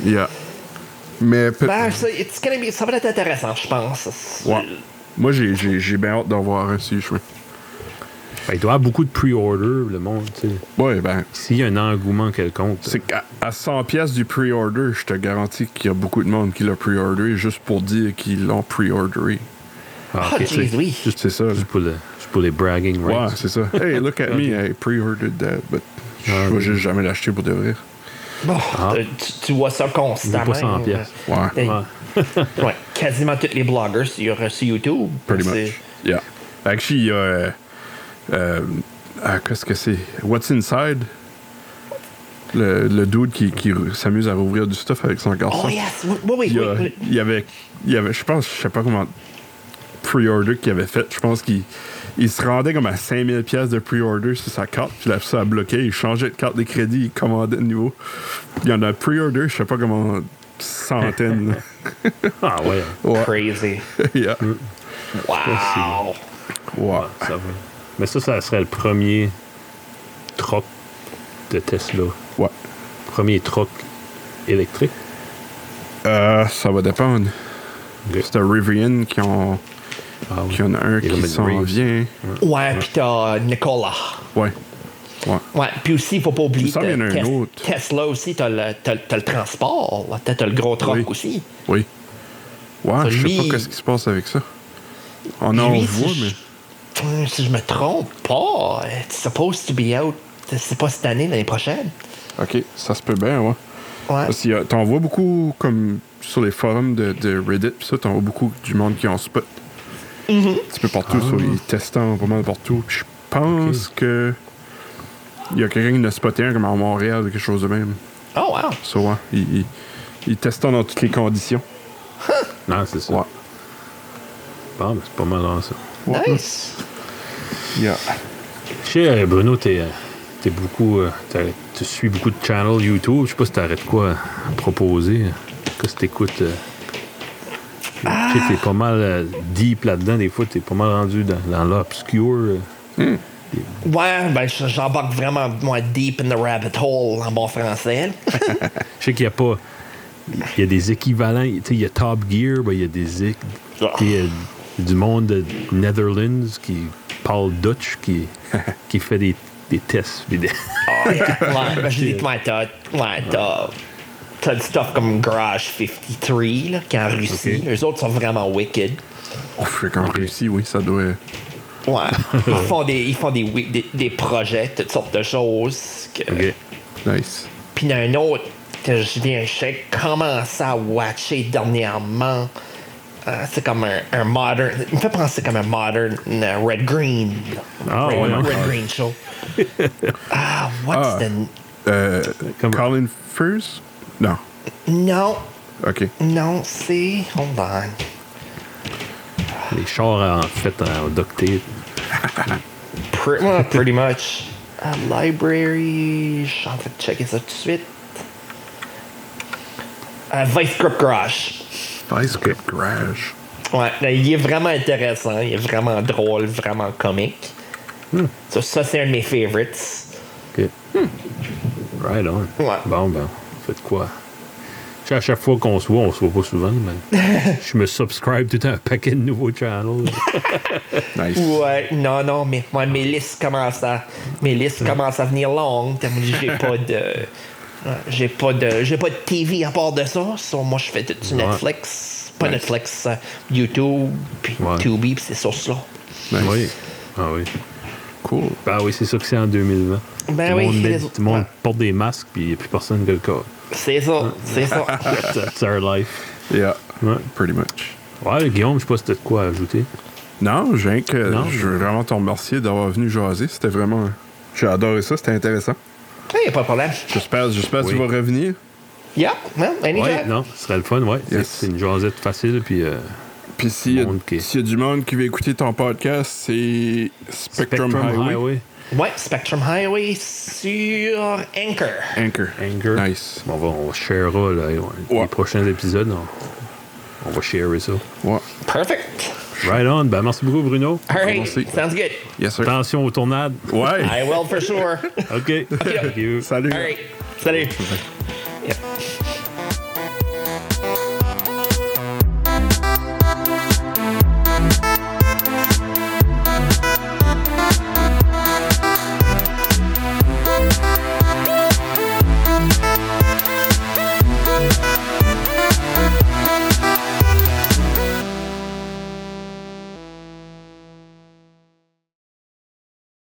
Speaker 1: yeah. Mais peut-
Speaker 3: Ben, ça, it's gonna be- ça va être intéressant, Ben, je pense.
Speaker 1: ouais. Moi, j'ai, j'ai, j'ai bien hâte d'en voir un si je veux.
Speaker 2: Ben, il doit y avoir beaucoup de pre-order, le monde. tu sais.
Speaker 1: Ouais, ben,
Speaker 2: S'il y a un engouement quelconque.
Speaker 1: c'est qu'à à 100 pièces du pre-order, je te garantis qu'il y a beaucoup de monde qui l'a pre-orderé juste pour dire qu'ils l'ont pre-orderé.
Speaker 3: Ah,
Speaker 2: ok.
Speaker 3: jeez, oui.
Speaker 2: Juste,
Speaker 1: C'est ça. là.
Speaker 2: juste pour le- juste pour les bragging
Speaker 1: Ouais,
Speaker 2: rights.
Speaker 1: c'est ça. Hey, look at me, I pre-ordered that, but je
Speaker 2: Ah,
Speaker 1: vais
Speaker 2: ok.
Speaker 1: juste jamais l'acheter pour de vrai.
Speaker 3: Bon,
Speaker 2: Ah.
Speaker 3: euh, tu, tu vois ça constamment.
Speaker 2: Vaut pas 100 piastres.
Speaker 1: Ouais.
Speaker 3: Hey,
Speaker 2: Ouais.
Speaker 3: ouais, Quasiment tous les blogueurs sur, sur YouTube.
Speaker 1: Pretty
Speaker 3: c'est-
Speaker 1: much. Yeah. Actually, il y a. euh, euh, ah, Qu'est-ce que c'est What's Inside Le, le dude qui, qui s'amuse à rouvrir du stuff avec son garçon.
Speaker 3: Oh yes, oui, oui, oui.
Speaker 1: il, y a-
Speaker 3: oui.
Speaker 1: il y avait, il y avait. Je pense, je sais pas comment. Pre-order qu'il avait fait. Je pense qu'il il se rendait comme à 5000$ piastres de pre-order sur sa carte. Puis là, ça a bloqué. Il changeait de carte de crédit. Il commandait de nouveau. Il y en a pre-order, je sais pas comment. Centaines.
Speaker 2: Ah ouais.
Speaker 1: ouais. <laughs>
Speaker 3: Crazy.
Speaker 1: Yeah.
Speaker 3: Wow.
Speaker 1: Ouais.
Speaker 2: Ça va. Mais ça, ça serait le premier troc de Tesla.
Speaker 1: Ouais.
Speaker 2: Premier troc électrique.
Speaker 1: Euh, ça va dépendre.
Speaker 2: Ok.
Speaker 1: C'est un Rivian qui en,
Speaker 2: Ah oui.
Speaker 1: qui en a un
Speaker 2: Et
Speaker 1: qui
Speaker 2: le Mid
Speaker 1: s'en
Speaker 2: Reeves.
Speaker 1: vient.
Speaker 3: Ouais, pis t'as Nicola.
Speaker 1: Ouais. Ouais.
Speaker 3: Ouais, puis aussi, il faut pas
Speaker 1: Il
Speaker 3: oublier
Speaker 1: me semble
Speaker 3: que
Speaker 1: qu'il y en a un
Speaker 3: Tes-
Speaker 1: autre.
Speaker 3: Tesla aussi, t'as le, t'as, t'as le transport, là. t'as, t'as le gros truck
Speaker 1: Oui.
Speaker 3: aussi.
Speaker 1: Oui. Ouais, je sais
Speaker 3: Lui-
Speaker 1: pas qu'est-ce qui se passe avec ça. On en
Speaker 3: Lui,
Speaker 1: voit,
Speaker 3: si
Speaker 1: mais.
Speaker 3: Je, Hum, si je me trompe pas, it's supposed to be out, c'est pas cette année, l'année prochaine.
Speaker 1: Ok, ça se peut bien, ouais.
Speaker 3: Ouais.
Speaker 1: Parce qu'il y a- T'en vois beaucoup, comme sur les forums de, de Reddit, pis ça, t'en vois beaucoup du monde qui en spot. Un petit peu partout,
Speaker 2: Ah.
Speaker 1: sur les testants, vraiment partout. Puis Je pense que. Il y a quelqu'un qui en a spoté un, comme à Montréal, ou quelque chose de même.
Speaker 3: Oh, wow.
Speaker 1: Ça, ouais. Ils il, testent dans toutes les conditions.
Speaker 2: Non, c'est ça.
Speaker 1: Ouais.
Speaker 2: Bon, ben, c'est pas mal hein, ça.
Speaker 1: Ouais.
Speaker 3: Nice.
Speaker 1: Yeah.
Speaker 2: Je sais, euh, Bruno, t'es, euh, t'es beaucoup. euh, t'as- Tu suis beaucoup de channels YouTube. Je sais pas si t'arrêtes quoi à proposer. Qu'est-ce que t'écoutes? euh, je sais que t'es pas mal euh, deep là-dedans. Des fois, t'es pas mal rendu dans, dans l'obscure. euh.
Speaker 3: Ouais, ben je- j'embarque vraiment, moi, deep in the rabbit hole en bon français.
Speaker 2: Je sais qu'il n'y a pas. Il y a des équivalents. Tu sais, il y a Top Gear, ben, il y a des. équ- Il y a du monde de Netherlands qui parle Dutch, <laughs> qui, qui fait des, des tests. puis des-
Speaker 3: Ah, <laughs> yeah. ouais, ben, je dis que ouais, t'as, ouais, t'as, t'as du uh, stuff comme Garage 53, là, qui est en Russie.
Speaker 2: Ok.
Speaker 3: Eux autres sont vraiment wicked.
Speaker 1: On fait qu'en Russie, oui, ça doit.
Speaker 2: <laughs>
Speaker 3: Ouais. Ils font, des, ils font des, wi- des, des projets, toutes sortes de choses. que-
Speaker 2: Ok.
Speaker 1: Nice.
Speaker 3: Puis il y en a un autre que je viens, j'ai commencé à watcher dernièrement. Euh, c'est comme un, un modern. Il me fait penser comme un modern euh, Red Green.
Speaker 2: Ah,
Speaker 3: Red,
Speaker 2: ouais, hein?
Speaker 3: Red
Speaker 2: <laughs>
Speaker 3: Green Show. ah, what's
Speaker 1: Ah.
Speaker 3: the.
Speaker 1: Euh,
Speaker 2: Comme-
Speaker 1: Colin Firth? Non.
Speaker 3: Non,
Speaker 1: OK.
Speaker 3: non, c'est. Hold on.
Speaker 2: Les chars en fait en duct tape.
Speaker 3: Pre- <laughs> well, pretty much. Uh, library. Je suis en train de checker ça tout de suite. Euh, Vice Grip Garage.
Speaker 1: Ice Grip Garage.
Speaker 3: Ouais, là, il est vraiment intéressant. Il est vraiment drôle, Hmm. vraiment comique. Ça, ça, c'est un de mes favorites.
Speaker 2: Ok. Right on.
Speaker 3: Ouais.
Speaker 2: Bon, ben, faites quoi? Tu sais, À chaque fois qu'on se voit, on se voit pas souvent, <laughs> mais je me subscribe tout à un paquet de nouveaux channels.
Speaker 1: Nice.
Speaker 3: Ouais, non, non, mais ouais, mes listes commencent à, mes listes commencent à venir longues. T'as- J'ai pas de.
Speaker 2: <laughs>
Speaker 3: ouais, J'ai pas de. J'ai pas de TV à part de ça. So, moi, je fais tout sur
Speaker 2: Ouais.
Speaker 3: Netflix. Pas
Speaker 1: Nice.
Speaker 3: Netflix, euh, YouTube, puis
Speaker 2: Ouais.
Speaker 3: Tubi, puis ces sources-là.
Speaker 1: Nice.
Speaker 2: Oui. Ah oui.
Speaker 1: Cool.
Speaker 2: Ben oui, c'est ça que c'est en 2020.
Speaker 3: Ben
Speaker 2: tout le
Speaker 3: oui,
Speaker 2: monde, met-
Speaker 3: les-
Speaker 2: tout le monde
Speaker 3: ouais.
Speaker 2: porte des masques, puis il n'y a plus personne qui le cas.
Speaker 3: C'est ça, c'est
Speaker 2: <laughs>
Speaker 3: ça.
Speaker 2: That's our life.
Speaker 1: Yeah.
Speaker 2: Ouais.
Speaker 1: Pretty much.
Speaker 2: Ouais, Guillaume, je sais pas si t'as de quoi à ajouter.
Speaker 1: Non, j'ai rien que-
Speaker 2: Non,
Speaker 1: je veux vraiment te remercier d'avoir venu jaser. C'était vraiment. J'ai adoré ça, c'était intéressant.
Speaker 3: Hey, pas de problème.
Speaker 1: J'espère j'espère que
Speaker 2: Oui.
Speaker 1: tu vas revenir.
Speaker 3: Yep, hein,
Speaker 2: Ouais,
Speaker 3: anytime.
Speaker 2: non, ce serait le fun, ouais. C'est-
Speaker 1: Yes.
Speaker 2: C'est une jasette facile, puis euh,
Speaker 1: Puis s'il y, a-
Speaker 2: Monde qui-
Speaker 1: s'il y a du monde qui veut écouter ton podcast, c'est Spectrum,
Speaker 2: Spectrum
Speaker 1: Highway.
Speaker 2: Highway.
Speaker 3: Ouais, Spectrum Highway sur Anchor.
Speaker 1: Anchor.
Speaker 2: Anger.
Speaker 1: Nice.
Speaker 2: On va, on sharera là, les
Speaker 1: Ouais.
Speaker 2: prochains épisodes. On, on va sharer ça.
Speaker 1: Ouais.
Speaker 3: Perfect.
Speaker 2: Right on. Ben, merci beaucoup, Bruno.
Speaker 1: Ah,
Speaker 3: All right,
Speaker 1: Merci.
Speaker 3: sounds good.
Speaker 1: Yes, sir.
Speaker 2: Attention aux tournades.
Speaker 1: Ouais.
Speaker 2: <laughs>
Speaker 3: <laughs> I will for sure.
Speaker 2: OK. Thank you.
Speaker 1: Salut.
Speaker 3: All right, salut.